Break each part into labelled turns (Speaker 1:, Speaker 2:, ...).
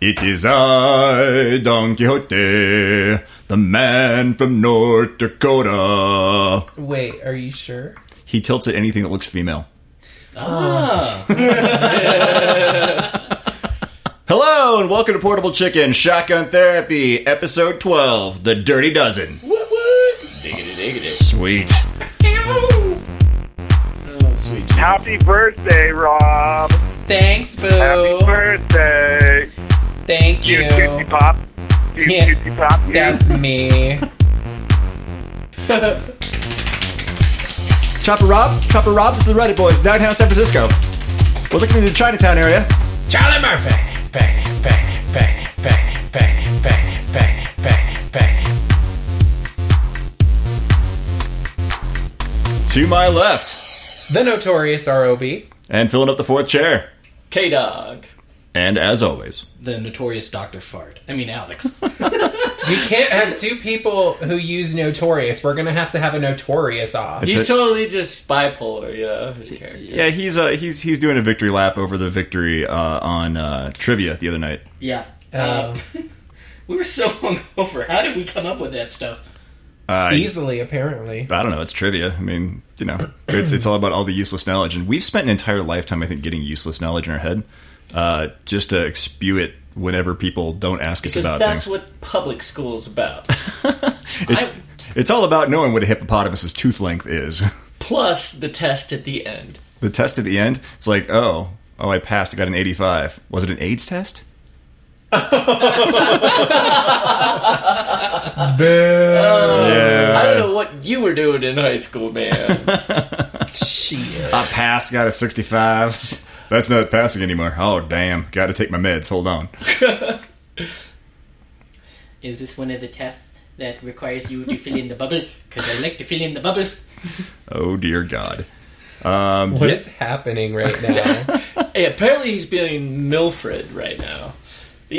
Speaker 1: It is I, Don Quixote, the man from North Dakota.
Speaker 2: Wait, are you sure?
Speaker 1: He tilts at anything that looks female. Ah. Hello and welcome to Portable Chicken Shotgun Therapy, Episode 12, The Dirty Dozen.
Speaker 3: What what? Diggity diggity.
Speaker 1: Sweet.
Speaker 3: Oh sweet Jesus.
Speaker 4: Happy birthday, Rob.
Speaker 2: Thanks, boo.
Speaker 4: Happy birthday.
Speaker 2: Thank
Speaker 4: You
Speaker 2: you.
Speaker 4: tootsie pop. You
Speaker 2: Yeah.
Speaker 4: tootsie pop. You.
Speaker 2: That's me.
Speaker 1: Chopper Rob, Chopper Rob, this is the Reddit Boys, downtown San Francisco. We're looking in the Chinatown area.
Speaker 2: Charlie Murphy. Bang, bang, bang, bang, bang, bang, bang, bang, bang.
Speaker 1: To my left,
Speaker 2: The notorious R.O.B.
Speaker 1: and filling up the fourth chair.
Speaker 5: K Dog.
Speaker 1: And as always,
Speaker 3: The notorious Dr. Fart. I mean Alex.
Speaker 2: You can't have two people who use notorious. We're gonna have to have a notorious off.
Speaker 5: He's
Speaker 1: it.
Speaker 5: totally just bipolar, yeah, his character.
Speaker 1: yeah, he's uh, he's he's doing a victory lap over the victory uh, on uh, trivia the other night.
Speaker 3: yeah.
Speaker 2: Um,
Speaker 3: we were so hungover. How did we come up with that stuff?
Speaker 1: Uh,
Speaker 2: easily, apparently.
Speaker 1: I don't know. It's trivia. I mean, you know, it's it's all about all the useless knowledge, and we've spent an entire lifetime, I think, getting useless knowledge in our head, uh, just to spew it whenever people don't ask us
Speaker 5: Because
Speaker 1: about
Speaker 5: that's
Speaker 1: things.
Speaker 5: what public school's about.
Speaker 1: it's
Speaker 5: I-
Speaker 1: it's all about knowing what a hippopotamus's tooth length is.
Speaker 5: Plus the test at the end.
Speaker 1: the test at the end, it's like, oh, oh, I passed. I got an eighty-five. Was it an AIDS test?
Speaker 5: I
Speaker 1: Yeah,
Speaker 5: don't
Speaker 3: Uh.
Speaker 5: know what you were doing in high school, man.
Speaker 2: Shit.
Speaker 1: I passed. Got a sixty-five. That's not passing anymore. Oh damn! Got to take my meds. Hold on.
Speaker 3: Is this one of the tests that requires you to fill in the bubble? Because I like to fill in the bubbles.
Speaker 1: Oh dear God. Um,
Speaker 2: What
Speaker 1: yeah.
Speaker 2: is happening right now?
Speaker 5: hey, apparently he's being Milfred right now.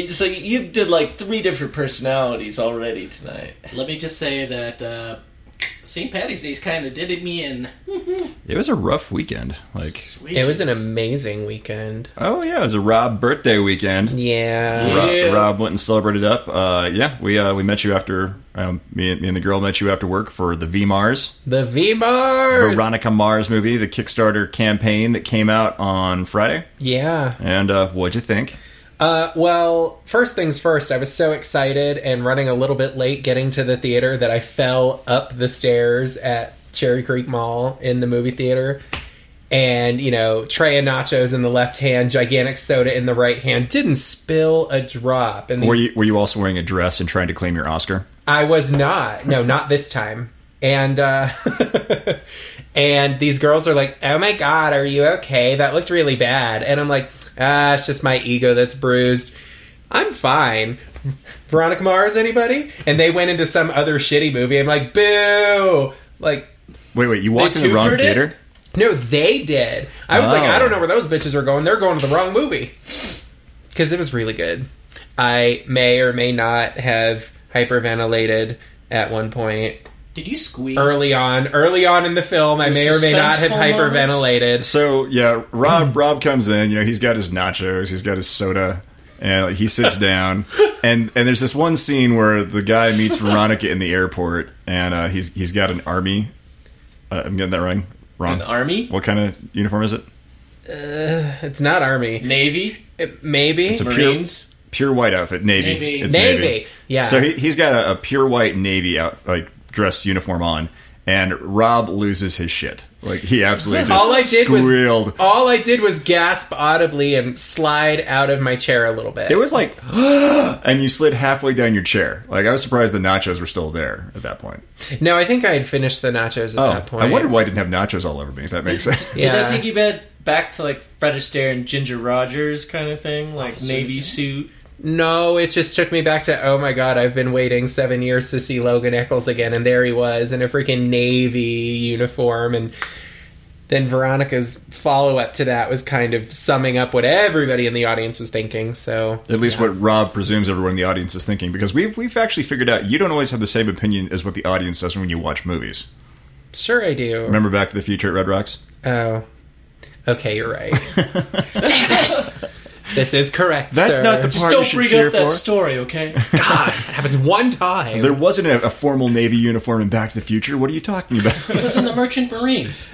Speaker 5: So you did like three different personalities already tonight.
Speaker 3: Let me just say that uh, St. Patty's Day's kind of did it me in.
Speaker 1: It was a rough weekend. Like,
Speaker 3: Sweet
Speaker 2: it was an
Speaker 3: Jesus.
Speaker 2: amazing weekend.
Speaker 1: oh yeah, it was a Rob birthday weekend.
Speaker 2: Yeah.
Speaker 1: Rob,
Speaker 5: Yeah.
Speaker 1: Rob went and celebrated up. Uh, yeah, we uh, we met you after um, me, and, me and the girl met you after work for the V Mars
Speaker 2: The V bars.
Speaker 1: Veronica Mars movie, the Kickstarter campaign that came out on Friday.
Speaker 2: Yeah.
Speaker 1: And uh, what'd you think?
Speaker 2: Uh, well, first things first, I was so excited and running a little bit late getting to the theater that I fell up the stairs at Cherry Creek Mall in the movie theater. And, you know, tray of nachos in the left hand, gigantic soda in the right hand. Didn't spill a drop. And these,
Speaker 1: Were you were you also wearing a dress and trying to claim your Oscar?
Speaker 2: I was not. No, not this time. And uh and these girls are like, "Oh my god, are you okay? That looked really bad." And I'm like, "Ah, it's just my ego that's bruised. I'm fine." Veronica Mars anybody? And they went into some other shitty movie. I'm like, "Boo!" Like
Speaker 1: Wait, wait, you walked in the wrong
Speaker 5: twofered it?
Speaker 1: theater.
Speaker 2: no, they did. I was like,
Speaker 1: Oh.
Speaker 2: I don't know where those bitches are going. They're going to the wrong movie. Because it was really good. I may or may not have hyperventilated at one point
Speaker 3: Did you squeal?
Speaker 2: early on. Early on in the film, I may or may not have
Speaker 5: suspenseful moments?
Speaker 2: hyperventilated.
Speaker 1: So yeah, Rob Rob comes in. You know, he's got his nachos, he's got his soda, and like, he sits down. and and there's this one scene where the guy meets Veronica in the airport, and uh, he's he's got an army. Uh, I'm getting that wrong. Wrong.
Speaker 5: An army?
Speaker 1: What kind of uniform is it?
Speaker 2: It's not army.
Speaker 5: Navy?
Speaker 2: It- maybe
Speaker 1: It's a pure
Speaker 5: Marines?
Speaker 1: pure white outfit. Navy.
Speaker 3: Navy.
Speaker 1: It's
Speaker 2: Navy.
Speaker 1: Navy.
Speaker 2: Yeah.
Speaker 1: So he, he's got a, a pure white Navy out like dress uniform on. And Rob loses his shit. Like he absolutely just
Speaker 2: all I did
Speaker 1: squealed.
Speaker 2: was all I did was gasp audibly and slide out of my chair a little bit.
Speaker 1: It was like, and you slid halfway down your chair. Like I was surprised the nachos were still there at that point.
Speaker 2: no, I think I had finished the nachos at
Speaker 1: Oh,
Speaker 2: that point.
Speaker 1: I wondered why I didn't have nachos all over me. That makes sense.
Speaker 2: Yeah.
Speaker 5: Did that take you back back to like Fred Astaire and Ginger Rogers kind of thing, like navy suit?
Speaker 2: No, it just took me back to oh my god, I've been waiting seven years to see Logan Eccles again, and there he was in a freaking navy uniform, and then Veronica's follow up to that was kind of summing up what everybody in the audience was thinking. So
Speaker 1: At least what Rob presumes everyone in the audience is thinking, because we've we've actually figured out you don't always have the same opinion as what the audience does when you watch movies.
Speaker 2: sure, I do.
Speaker 1: Remember Back to the Future at Red Rocks?
Speaker 2: Oh, okay, you're right. Damn This is correct.
Speaker 1: That's
Speaker 2: sir.
Speaker 1: not the
Speaker 5: Just
Speaker 1: part
Speaker 5: don't
Speaker 1: you should
Speaker 5: bring
Speaker 1: cheer
Speaker 5: up that
Speaker 1: for.
Speaker 5: story, okay?
Speaker 2: God, it happened one time.
Speaker 1: There wasn't a, a formal Navy uniform in Back to the Future. What are you talking about?
Speaker 3: It was in the Merchant Marines.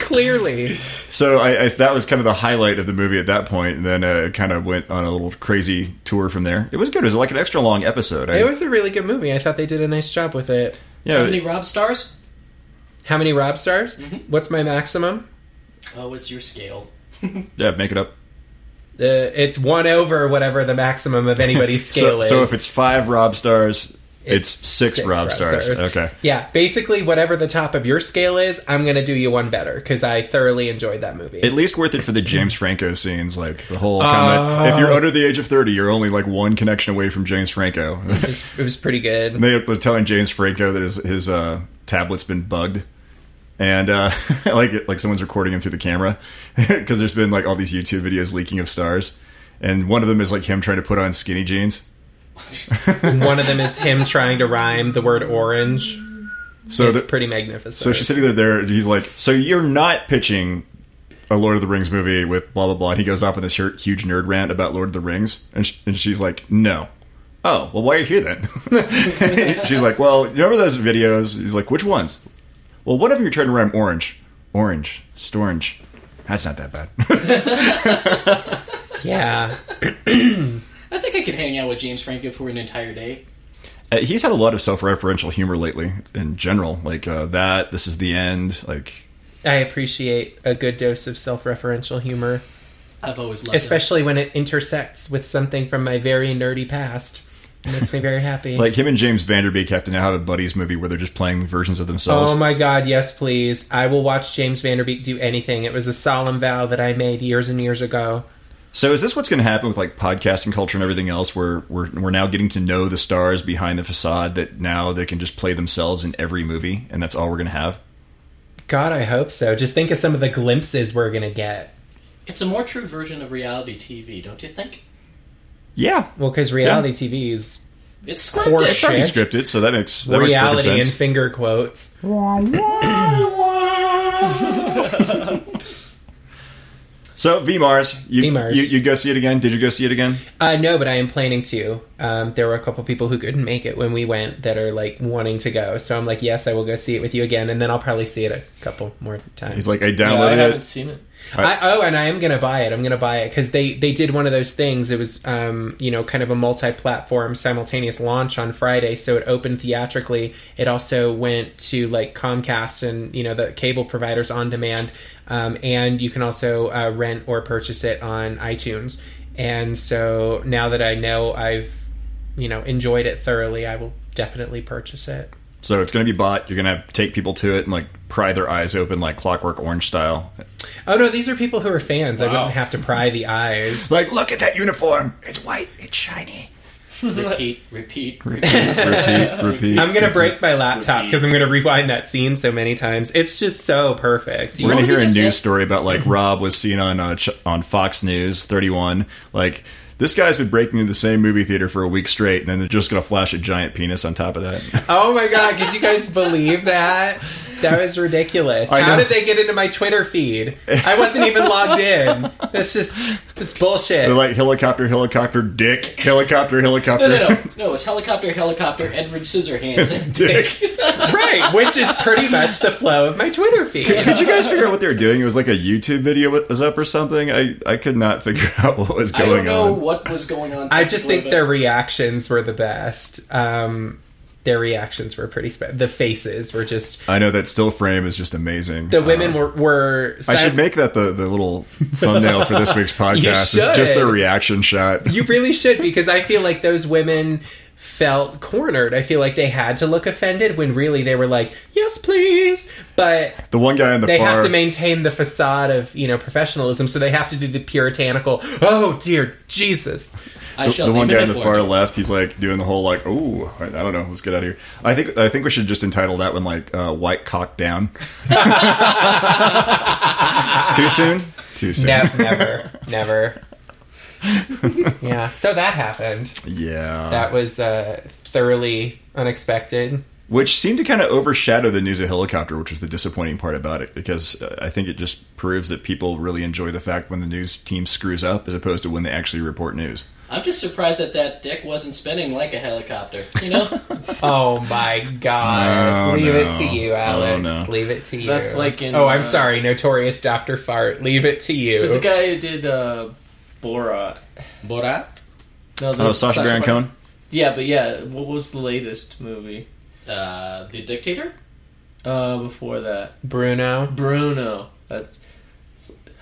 Speaker 2: Clearly.
Speaker 1: so I, I, that was kind of the highlight of the movie at that point, and then uh, it kind of went on a little crazy tour from there. It was good. It was like an extra long episode. I,
Speaker 2: It was a really good movie. I thought they did a nice job with it.
Speaker 1: yeah,
Speaker 3: How many Rob stars?
Speaker 2: How many Rob stars? What's my maximum?
Speaker 3: Oh, it's your scale.
Speaker 1: yeah, make it up.
Speaker 2: Uh, it's one over whatever the maximum of anybody's
Speaker 1: So,
Speaker 2: scale
Speaker 1: so
Speaker 2: is.
Speaker 1: if it's five Rob stars, it's, six, Rob, stars. Okay.
Speaker 2: Yeah, basically whatever the top of your scale is, I'm gonna do you one better because I thoroughly enjoyed that movie.
Speaker 1: At least worth it for the James Franco scenes, like the whole kind of. If you're under the age of thirty, you're only like one connection away from James Franco.
Speaker 2: it, was, it was pretty good.
Speaker 1: they, they're telling James Franco that his his uh, tablet's been bugged, and uh, like like someone's recording him through the camera because there's been like all these YouTube videos leaking of stars, and one of them is like him trying to put on skinny jeans.
Speaker 2: one of them is him trying to rhyme the word orange.
Speaker 1: So
Speaker 2: it's
Speaker 1: the,
Speaker 2: pretty magnificent.
Speaker 1: so she's sitting there there. and He's like, so you're not pitching a Lord of the Rings movie with blah blah blah. And he goes off on this hu- huge nerd rant about Lord of the Rings, and, sh- and she's like, no. Oh well, why are you here then? she's like, well, you remember those videos? He's like, which ones? Well, one of them you're trying to rhyme orange, orange, storange. That's not that bad.
Speaker 2: yeah,
Speaker 3: I think I could hang out with James Franco for an entire day.
Speaker 1: Uh, He's had a lot of self-referential humor lately, in general. Like uh, that. This is the end. Like
Speaker 2: I appreciate a good dose of self-referential humor,
Speaker 3: I've always loved
Speaker 2: especially when it intersects with something from my very nerdy past. It makes me very happy.
Speaker 1: like him and James Vanderbeek have to now have a buddies movie where they're just playing versions of themselves.
Speaker 2: Oh my god, yes, please. I will watch James Vanderbeek do anything. It was a solemn vow that I made years and years ago.
Speaker 1: So is this what's going to happen with like podcasting culture and everything else? Where we're we're now getting to know the stars behind the facade that now they can just play themselves in every movie, and that's all we're going to have.
Speaker 2: God, I hope so. Just think of some of the glimpses we're going to get.
Speaker 3: it. It's a more true version of reality TV, don't you think?
Speaker 1: Yeah,
Speaker 2: Well, because reality TV is
Speaker 3: It's
Speaker 2: Poor
Speaker 3: scripted.
Speaker 1: it's already
Speaker 2: shit.
Speaker 1: scripted, so that makes that makes
Speaker 2: reality
Speaker 1: perfect
Speaker 2: in
Speaker 1: sense.
Speaker 2: finger quotes.
Speaker 1: So V Mars, you,
Speaker 2: V-Mars.
Speaker 1: you you go see it again? Did you go see it again?
Speaker 2: Uh, no, but I am planning to. Um, there were a couple people who couldn't make it when we went that are like wanting to go. So I'm like, yes, I will go see it with you again, and then I'll probably see it a couple more times.
Speaker 1: He's like, I
Speaker 5: No, I
Speaker 1: downloaded
Speaker 5: haven't
Speaker 1: it.
Speaker 5: seen it.
Speaker 2: I, oh, and I am gonna buy it. I'm gonna buy it because they they did one of those things. It was um you know kind of a multi-platform simultaneous launch on Friday, so it opened theatrically. It also went to like Comcast and you know the cable providers on demand, um, and you can also uh, rent or purchase it on iTunes. And so now that I know I've you know enjoyed it thoroughly, I will definitely purchase it.
Speaker 1: So it's going to be bought. You're going to take people to it and like pry their eyes open like Clockwork Orange style.
Speaker 2: Oh no, these are people who are fans. I
Speaker 5: Wow.
Speaker 2: wouldn't have to pry the eyes.
Speaker 1: Like, look at that uniform. It's white. It's shiny.
Speaker 3: Repeat, repeat.
Speaker 1: repeat, repeat.
Speaker 2: I'm gonna break my laptop because I'm gonna rewind that scene so many times. It's just so perfect.
Speaker 1: We're
Speaker 3: Well,
Speaker 1: gonna
Speaker 3: we
Speaker 1: hear a news
Speaker 3: just said-
Speaker 1: story about like Rob was seen on uh, ch- on Fox News 31. Like this guy's been breaking into the same movie theater for a week straight, and then they're just gonna flash a giant penis on top of that.
Speaker 2: Oh my god, could you guys believe that? That was ridiculous.
Speaker 1: I
Speaker 2: How
Speaker 1: know.
Speaker 2: did they get into my Twitter feed? I wasn't even logged in. That's just it's bullshit.
Speaker 1: They're like helicopter, helicopter, dick, helicopter, helicopter,
Speaker 3: No, no, no. No, it's helicopter, helicopter, Edward Scissorhands.
Speaker 1: dick.
Speaker 2: right, which is pretty much the flow of my Twitter feed.
Speaker 1: Did you guys figure out what they were doing? It was like a YouTube video was up or something. I I could not figure out what was
Speaker 3: I don't
Speaker 1: going
Speaker 3: know
Speaker 1: on.
Speaker 3: what was going on.
Speaker 2: I just think
Speaker 3: technically,
Speaker 2: their reactions were the best. Um, their reactions were pretty spe- the faces were just
Speaker 1: I know that still frame is just amazing.
Speaker 2: the women
Speaker 1: Uh,
Speaker 2: were were
Speaker 1: I should make that the, the little thumbnail for this week's podcast. It's just
Speaker 2: should.
Speaker 1: their reaction shot.
Speaker 2: You really should because I feel like those women felt cornered. I feel like they had to look offended when really they were like, "Yes, please." But
Speaker 1: The one guy in the
Speaker 2: they
Speaker 1: far
Speaker 2: have to maintain the facade of, you know, professionalism, so they have to do the puritanical, "Oh, dear Jesus."
Speaker 3: but I
Speaker 1: the,
Speaker 3: shall
Speaker 1: the one
Speaker 3: name
Speaker 1: guy
Speaker 3: it
Speaker 1: on the
Speaker 3: Edward.
Speaker 1: far left, he's like doing the whole like, "Oh, I don't know, let's get out of here." I think I think we should just entitle that one like uh, "White Cock Down." Too soon. Too soon.
Speaker 2: No, never. Never. yeah, so that happened.
Speaker 1: Yeah.
Speaker 2: That was uh thoroughly unexpected.
Speaker 1: which seemed to kind of overshadow the news of helicopter, which was the disappointing part about it, because uh, I think it just proves that people really enjoy the fact when the news team screws up as opposed to when they actually report news.
Speaker 3: I'm just surprised that that dick wasn't spinning like a helicopter. You know,
Speaker 2: Oh my
Speaker 1: No,
Speaker 2: god. Leave
Speaker 1: no.
Speaker 2: it to you, Alex.
Speaker 1: Oh, no.
Speaker 2: Leave it to you.
Speaker 5: That's like in,
Speaker 2: Oh, I'm
Speaker 5: uh,
Speaker 2: sorry, notorious Dr. Fart. Leave it to you.
Speaker 5: There's a guy who did uh, Borat.
Speaker 3: Borat.
Speaker 5: No, the,
Speaker 1: Oh, Sasha, Baron
Speaker 5: Cohen.
Speaker 1: Cohen?
Speaker 5: Yeah, but yeah, what was the latest movie
Speaker 3: Uh, the dictator.
Speaker 5: uh, before that?
Speaker 2: Bruno.
Speaker 5: Bruno. That's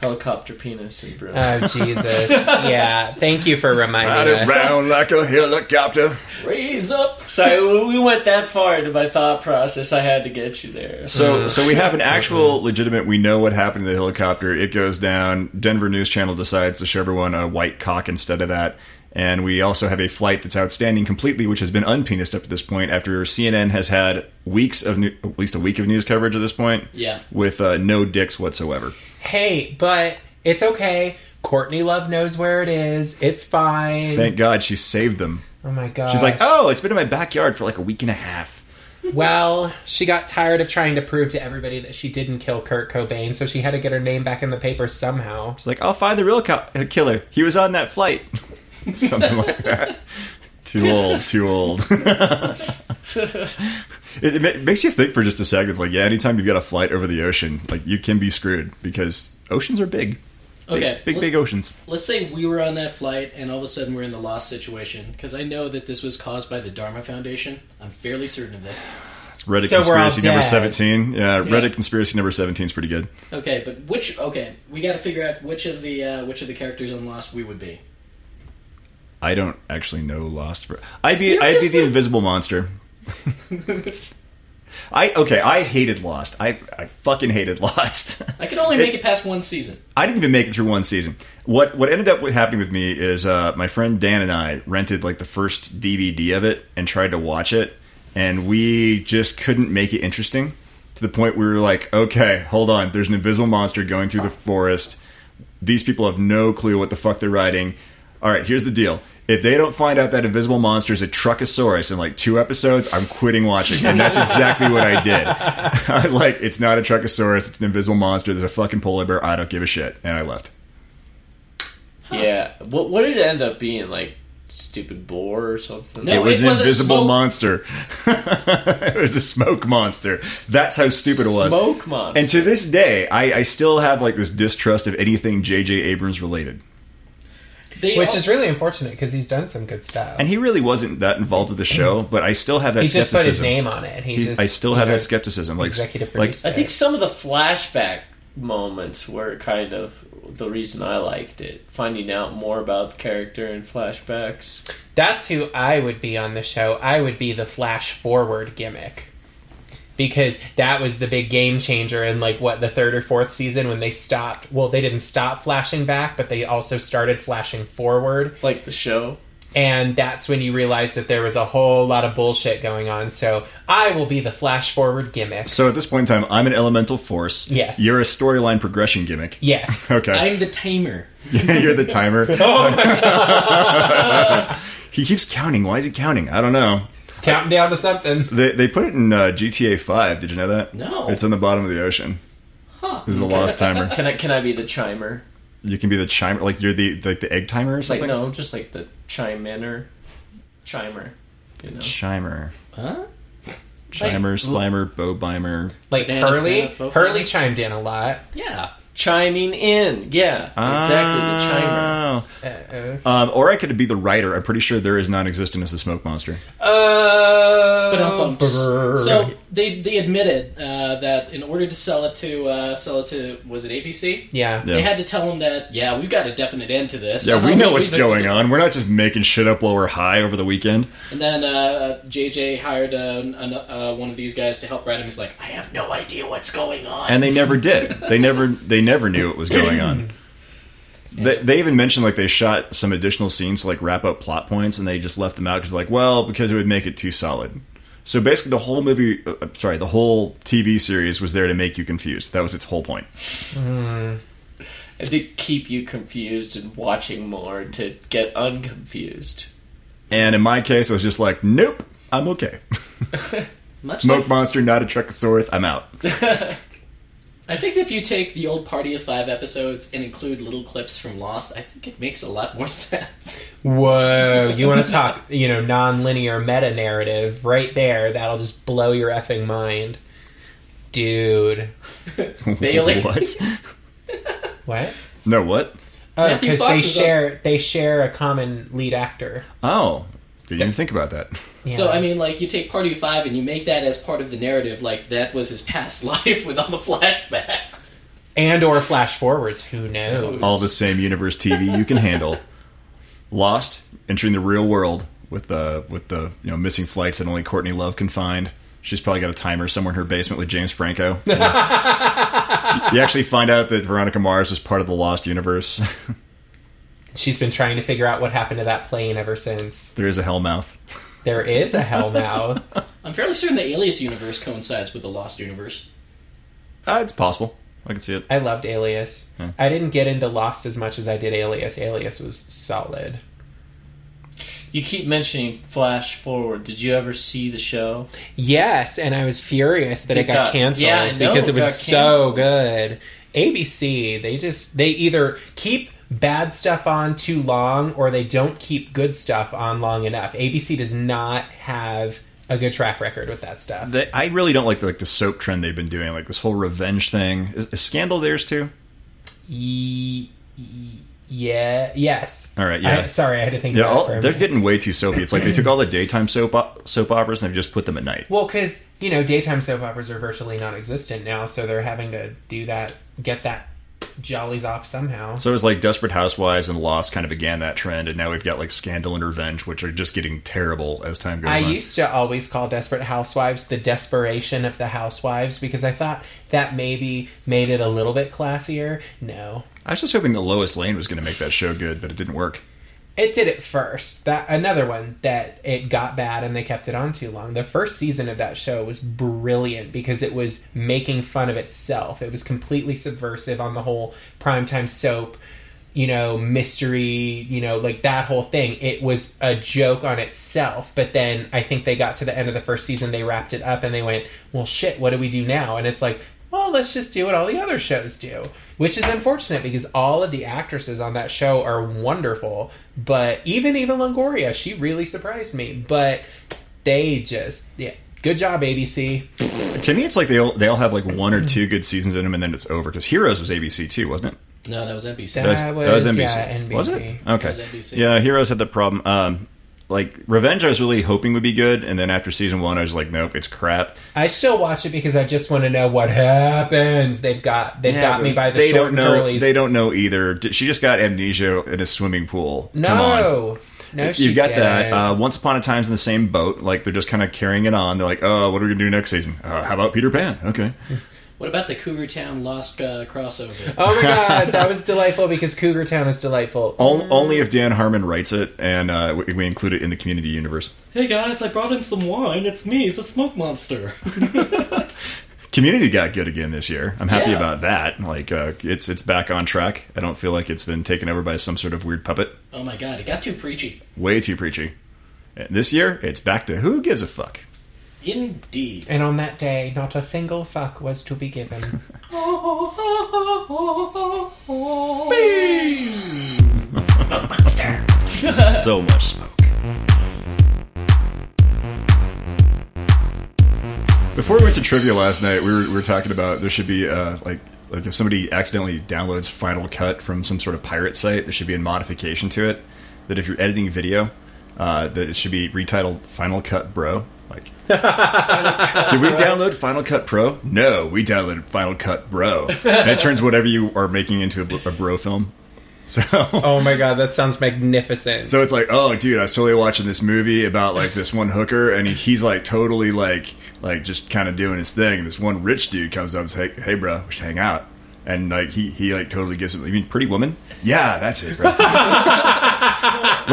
Speaker 5: helicopter penis in Bruno.
Speaker 2: Oh Jesus. yeah. Thank you for reminding
Speaker 1: Ride
Speaker 2: us.
Speaker 1: around like a helicopter.
Speaker 3: Raise up.
Speaker 5: Sorry, when we went that far into my thought process. I had to get you there.
Speaker 1: So, so we have an actual legitimate. We know what happened to the helicopter. It goes down. Denver News Channel decides to show everyone a white cock instead of that. And we also have a flight that's outstanding completely, which has been unpenised up to this point. After CNN has had weeks of new, at least a week of news coverage at this point,
Speaker 3: Yeah.
Speaker 1: with uh, no dicks whatsoever.
Speaker 2: Hey, but it's okay. Courtney Love knows where it is. It's fine.
Speaker 1: Thank God she saved them.
Speaker 2: oh my god.
Speaker 1: She's like, oh, it's been in my backyard for like a week and a half.
Speaker 2: Well, she got tired of trying to prove to everybody that she didn't kill Kurt Cobain, so she had to get her name back in the paper somehow.
Speaker 1: She's like, I'll find the real co- uh, killer. He was on that flight. Something like that. Too old, too old. it, it ma- makes you think for just a second. It's like, yeah, anytime you've got a flight over the ocean, like you can be screwed because oceans are big. Big,
Speaker 3: Okay.
Speaker 1: Big,
Speaker 3: let-
Speaker 1: big oceans.
Speaker 3: Let's say we were on that flight and all of a sudden we're in the lost situation because I know that this was caused by the Dharma Foundation. I'm fairly certain of this.
Speaker 1: It's Reddit
Speaker 2: So we're all
Speaker 1: conspiracy number
Speaker 2: dead.
Speaker 1: 17. Yeah, Reddit conspiracy number 17 is pretty good.
Speaker 3: Okay, but which? Okay, we got to figure out which of the uh, which of the characters on Lost we would be.
Speaker 1: I don't actually know Lost for. I'd be I'd be the
Speaker 5: Seriously?
Speaker 1: Invisible Monster. I okay. I hated Lost. I I fucking hated Lost.
Speaker 3: I could only make it past one season.
Speaker 1: I didn't even make it through one season. What what ended up happening with me is uh, my friend Dan and I rented like the first DVD of it and tried to watch it, and we just couldn't make it interesting to the point where we were like, okay, hold on, there's an invisible monster going through the forest. These people have no clue what the fuck they're riding. All right, here's the deal. If they don't find out that invisible monster is a truckosaurus in like two episodes, I'm quitting watching. And that's exactly what I did. I was like, it's not a truckosaurus, it's an invisible monster, there's a fucking polar bear, I don't give a shit. And I left.
Speaker 5: yeah, what what did it end up being like? Stupid boar or something?
Speaker 3: No.
Speaker 1: it was
Speaker 3: it
Speaker 1: an
Speaker 3: was a
Speaker 1: invisible
Speaker 3: smoke-
Speaker 1: monster. it was a smoke monster. That's how stupid it was.
Speaker 5: Smoke monster.
Speaker 1: And to this day, I, I still have like this distrust of anything J.J. Abrams related.
Speaker 3: They
Speaker 2: Which
Speaker 3: all-
Speaker 2: is really unfortunate because he's done some good stuff.
Speaker 1: And he really wasn't that involved with the show, but I still have that
Speaker 2: he just
Speaker 1: skepticism.
Speaker 2: put his name on it. and He,
Speaker 1: He-
Speaker 2: just,
Speaker 1: I still have
Speaker 2: you know,
Speaker 1: that skepticism. Like,
Speaker 2: executive
Speaker 1: like
Speaker 2: producer.
Speaker 5: I think some of the flashback moments were kind of the reason I liked it. Finding out more about the character in flashbacks.
Speaker 2: That's who I would be on the show. I would be the flash forward gimmick. Because that was the big game changer in like what the third or fourth season when they stopped. Well, they didn't stop flashing back, but they also started flashing forward.
Speaker 5: Like the show.
Speaker 2: and that's when you realize that there was a whole lot of bullshit going on. So I will be the flash forward gimmick.
Speaker 1: so at this point in time, I'm an elemental force.
Speaker 2: Yes.
Speaker 1: You're a storyline progression gimmick.
Speaker 2: Yes.
Speaker 1: Okay.
Speaker 3: I'm the tamer.
Speaker 1: You're the timer. he keeps counting. Why is he counting? I don't know.
Speaker 2: Counting down to something.
Speaker 1: They, they put it in uh, GTA 5. Did you know that?
Speaker 3: No.
Speaker 1: It's on the bottom of the ocean.
Speaker 3: Huh.
Speaker 1: This is the lost timer.
Speaker 5: Can I can I be the chimer?
Speaker 1: You can be the chimer. Like, you're the like the egg timer or
Speaker 5: Like
Speaker 1: something?
Speaker 5: no, just like the chime inner chimer. You know.
Speaker 1: Chimer.
Speaker 3: Huh?
Speaker 1: Chimer, Slimer, Bo Bimer.
Speaker 2: Like
Speaker 3: Banana,
Speaker 2: Hurley.
Speaker 3: banana, fofo.
Speaker 2: Hurley chimed in a lot.
Speaker 3: Yeah.
Speaker 5: Chiming in, yeah. Exactly the
Speaker 1: Oh.
Speaker 5: chimer.
Speaker 2: Uh-oh.
Speaker 1: Um, or I could be the writer. I'm pretty sure there is non existent as the smoke monster.
Speaker 2: Oh.
Speaker 3: Ba-dum-bums.
Speaker 2: brr.
Speaker 3: Uh, So they they admitted uh, that in order to sell it to uh, sell it to was it ABC?
Speaker 2: yeah.
Speaker 1: Yeah.
Speaker 3: They had to tell him that yeah we've got a definite end to this.
Speaker 1: Yeah, we
Speaker 3: Uh,
Speaker 1: know what's
Speaker 3: we've been-
Speaker 1: going on. We're not just making shit up while we're high over the weekend.
Speaker 3: And then uh, JJ hired uh, an, uh, one of these guys to help write him. He's like, I have no idea what's going on.
Speaker 1: and they never did. They never they never knew what was going on. They, they even mentioned like they shot some additional scenes to like wrap up plot points, and they just left them out because like, well, because it would make it too solid. So basically, the whole movie, uh, uh, sorry, the whole TV series was there to make you confused. That was its whole point.
Speaker 5: And to keep you confused and watching more to get unconfused.
Speaker 1: And in my case, I was just like, nope, I'm okay.
Speaker 3: Much
Speaker 1: Smoke
Speaker 3: like-
Speaker 1: monster, not a truckosaurus. I'm out.
Speaker 3: I think if you take the old Party of Five episodes and include little clips from Lost, I think it makes a lot more sense.
Speaker 2: Whoa, you want to talk, you know, non-linear meta narrative right there? That'll just blow your effing mind, dude.
Speaker 3: Bailey.
Speaker 1: What?
Speaker 2: What?
Speaker 1: No, what?
Speaker 2: Oh,
Speaker 3: Matthew
Speaker 2: because they
Speaker 3: Fox was on-
Speaker 2: share they share a common lead actor.
Speaker 1: Oh, didn't even think about that.
Speaker 2: Yeah.
Speaker 3: So I mean, like you take Party of Five and you make that as part of the narrative, like that was his past life with all the flashbacks.
Speaker 2: and or flash forwards. Who knows?
Speaker 1: All the same universe TV you can handle. Lost, entering the real world with the with the you know missing flights that only Courtney Love can find. She's probably got a timer somewhere in her basement with James Franco. you actually find out that Veronica Mars is part of the Lost universe.
Speaker 2: She's been trying to figure out what happened to that plane ever since.
Speaker 1: there is a Hellmouth.
Speaker 2: There is a hell now.
Speaker 3: I'm fairly certain the Alias universe coincides with the Lost universe.
Speaker 1: Uh, it's possible. I can see it.
Speaker 2: I loved Alias.
Speaker 1: Hmm.
Speaker 2: I didn't get into Lost as much as I did Alias. Alias was solid.
Speaker 5: You keep mentioning flash forward. Did you ever see the show?
Speaker 2: Yes, and I was furious that it,
Speaker 5: It
Speaker 2: got,
Speaker 5: got-
Speaker 2: canceled
Speaker 5: yeah, I know,
Speaker 2: because it
Speaker 5: it
Speaker 2: was
Speaker 5: got
Speaker 2: so good. ABC, they just they either keep bad stuff on too long or they don't keep good stuff on long enough. ABC does not have a good track record with that stuff.
Speaker 1: They, I really don't like the, like the soap trend they've been doing. Like this whole revenge thing. Is, is Scandal theirs too?
Speaker 2: Ye- ye- yeah, yes.
Speaker 1: All right,
Speaker 2: I,
Speaker 1: yeah.
Speaker 2: sorry, I had to think
Speaker 1: Yeah,
Speaker 2: about it
Speaker 1: all,
Speaker 2: for a
Speaker 1: they're
Speaker 2: minute.
Speaker 1: getting way too soapy. It's like they took all the daytime soap op- soap operas and they've just put them at night.
Speaker 2: Well, because you know, daytime soap operas are virtually non-existent now, so they're having to do that, get that jollies off somehow.
Speaker 1: So it was like Desperate Housewives and Lost kind of began that trend, and now we've got like Scandal and Revenge, which are just getting terrible as time goes
Speaker 2: I
Speaker 1: on.
Speaker 2: used to always call Desperate Housewives the desperation of the housewives because I thought that maybe made it a little bit classier. No,
Speaker 1: I was just hoping that Lois Lane was going to make that show good, but it didn't work.
Speaker 2: it did it first. That another one that it got bad and they kept it on too long. The first season of that show was brilliant because it was making fun of itself. It was completely subversive on the whole primetime soap, you know, mystery, you know, like that whole thing. It was a joke on itself, but then I think they got to the end of the first season, they wrapped it up and they went, "Well, shit, what do we do now?" And it's like, well, let's just do what all the other shows do, which is unfortunate because all of the actresses on that show are wonderful. But even Eva Longoria, she really surprised me. But they just, yeah, good job, ABC.
Speaker 1: To me, it's like they all, they all have like one or two good seasons in them, and then it's over. Because Heroes was ABC too, wasn't it?
Speaker 3: No, that was NBC.
Speaker 2: That was- yeah, NBC.
Speaker 1: Was it? Okay.
Speaker 3: was NBC.
Speaker 1: Yeah, Heroes had the problem. Um, like Revenge, I was really hoping would be good, and then after season one, I was like, nope, it's crap.
Speaker 2: I still watch it because I just want to know what happens. They've got they've
Speaker 1: Yeah,
Speaker 2: got
Speaker 1: but
Speaker 2: me by the
Speaker 1: they
Speaker 2: short
Speaker 1: don't
Speaker 2: and
Speaker 1: know.
Speaker 2: girlies.
Speaker 1: They don't know either. D- She just got amnesia in a swimming pool. Come on.
Speaker 2: no, no, she
Speaker 1: you got that.
Speaker 2: didn't.
Speaker 1: Uh, Once upon a time's in the same boat. Like they're just kind of carrying it on. They're like, oh, what are we gonna do next season? Uh, how about Peter Pan? Okay.
Speaker 3: What about the Cougar Town Lost uh, crossover?
Speaker 2: oh my god, that was delightful because Cougar Town is delightful.
Speaker 1: O- only if Dan Harmon writes it and uh, we, we include it in the community universe.
Speaker 3: Hey guys, I brought in some wine. It's me, the smoke monster.
Speaker 1: Community got good again this year. I'm happy
Speaker 3: Yeah.
Speaker 1: about that. Like uh, it's it's back on track. I don't feel like it's been taken over by some sort of weird puppet.
Speaker 3: oh my god, it got too preachy.
Speaker 1: Way too preachy. And this year, it's back to who gives a fuck.
Speaker 3: Indeed.
Speaker 2: And on that day, not a single fuck was to be given. Oh
Speaker 1: so much smoke. Before we went to trivia last night, we were, we were talking about there should be uh, like like if somebody accidentally downloads Final Cut from some sort of pirate site, there should be a modification to it that if you're editing video, uh, that it should be retitled Final Cut Bro. Like, did we download Final Cut Pro? No, we downloaded Final Cut Bro, and it turns whatever you are making into a, a bro film. So,
Speaker 2: Oh my god, that sounds magnificent.
Speaker 1: so it's like, oh, dude, I was totally watching this movie about like this one hooker, and he, he's like totally like like just kind of doing his thing. And this one rich dude comes up and says, "Hey, hey, bro, we should hang out." And like he he like totally gets it. You mean Pretty Woman? Yeah, that's it, bro.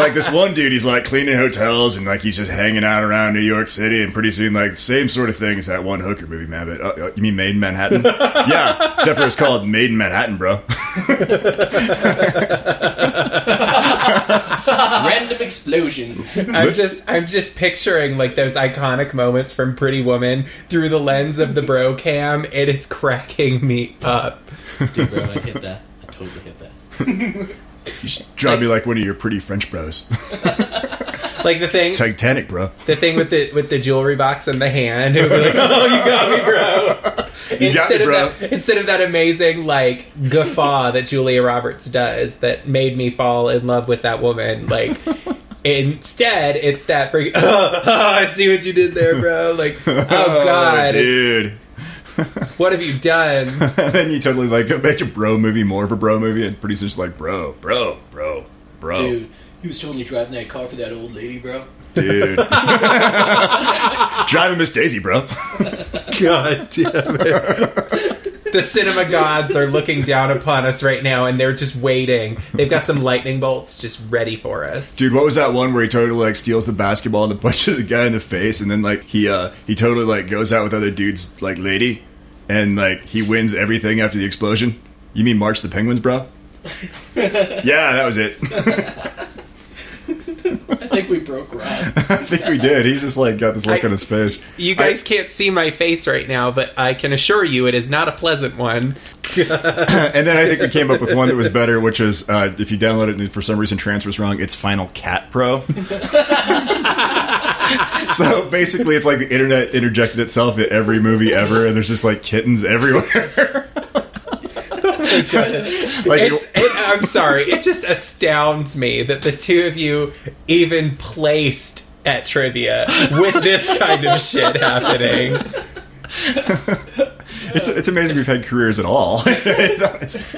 Speaker 1: like this one dude, he's like cleaning hotels and like he's just hanging out around New York City, and pretty soon like the same sort of thing as that one hooker movie, man. But uh, uh, you mean Made in Manhattan? yeah, except for it's called Made in Manhattan, bro.
Speaker 3: Random of explosions.
Speaker 2: I'm just I'm just picturing like those iconic moments from Pretty Woman through the lens of the bro cam. It is cracking me up.
Speaker 3: Dude, bro, I hit that. I totally hit that.
Speaker 1: You should draw me like one of your pretty French bros.
Speaker 2: Like the thing
Speaker 1: Titanic, bro.
Speaker 2: the thing with the with the jewelry box in the hand. It would be like, oh, you got me, bro.
Speaker 1: You got me,
Speaker 2: of
Speaker 1: bro.
Speaker 2: that, instead of that amazing like guffaw that Julia Roberts does that made me fall in love with that woman, like instead it's that freaking, oh, I see what you did there, bro. Like, oh god,
Speaker 1: dude.
Speaker 2: what have you done?
Speaker 1: and then you totally like go make a bro movie more of a bro movie, and pretty soon it's like bro, bro, bro, bro,
Speaker 3: Dude, he was totally driving that car for that old lady, bro.
Speaker 1: dude. driving Miss Daisy, bro.
Speaker 2: God damn it. The cinema gods are looking down upon us right now and they're just waiting. They've got some lightning bolts just ready for us.
Speaker 1: Dude, what was that one where he totally like steals the basketball and punches a guy in the face, and then like he uh he totally like goes out with other dudes like lady, and like he wins everything after the explosion. You mean March the Penguins, bro? yeah, that was it.
Speaker 3: I think we broke Rob.
Speaker 1: I think we did. He's just like got this look
Speaker 2: I-
Speaker 1: on his face.
Speaker 2: You guys can't see my face right now, but I can assure you it is not a pleasant one.
Speaker 1: And then I think we came up with one that was better, which is uh, if you download it and for some reason transfers wrong, it's Final Cat Pro. so basically, it's like the internet interjected itself at every movie ever, and there's just like kittens everywhere. like
Speaker 2: It's, it, I'm sorry. It just astounds me that the two of you even placed at trivia with this kind of shit happening.
Speaker 1: it's it's amazing we've had careers at all. It's-